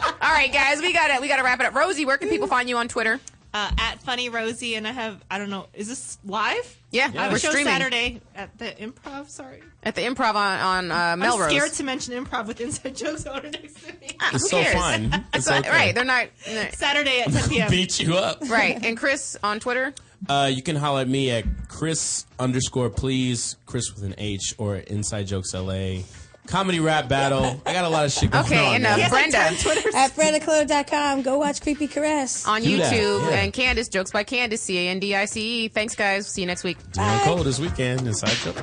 me. all right, guys, we gotta we gotta wrap it up. Rosie, where can people find you on Twitter? uh, at Funny Rosie, and I have I don't know. Is this live? Yeah, I have we're a show streaming. Saturday at the Improv. Sorry, At the improv on, on uh, Melrose. I'm scared to mention Improv with inside jokes on it next to me. Who It's so cares? fun. Oh, It's So- okay. Right, they're not. they're- Saturday at 10 p.m. Beat you up. right, and Chris on Twitter. Uh, you can holler at me at Chris underscore please, Chris with an H, or Inside Jokes LA. Comedy rap battle. I got a lot of shit going Okay, on. and uh, man. Brenda At BrendaClore.com, go watch Creepy Caress. on Do that, YouTube, yeah. and Candace jokes by Candace C A N D I C E. Thanks, guys. See you next week. Doing cold this weekend. Inside Jokes.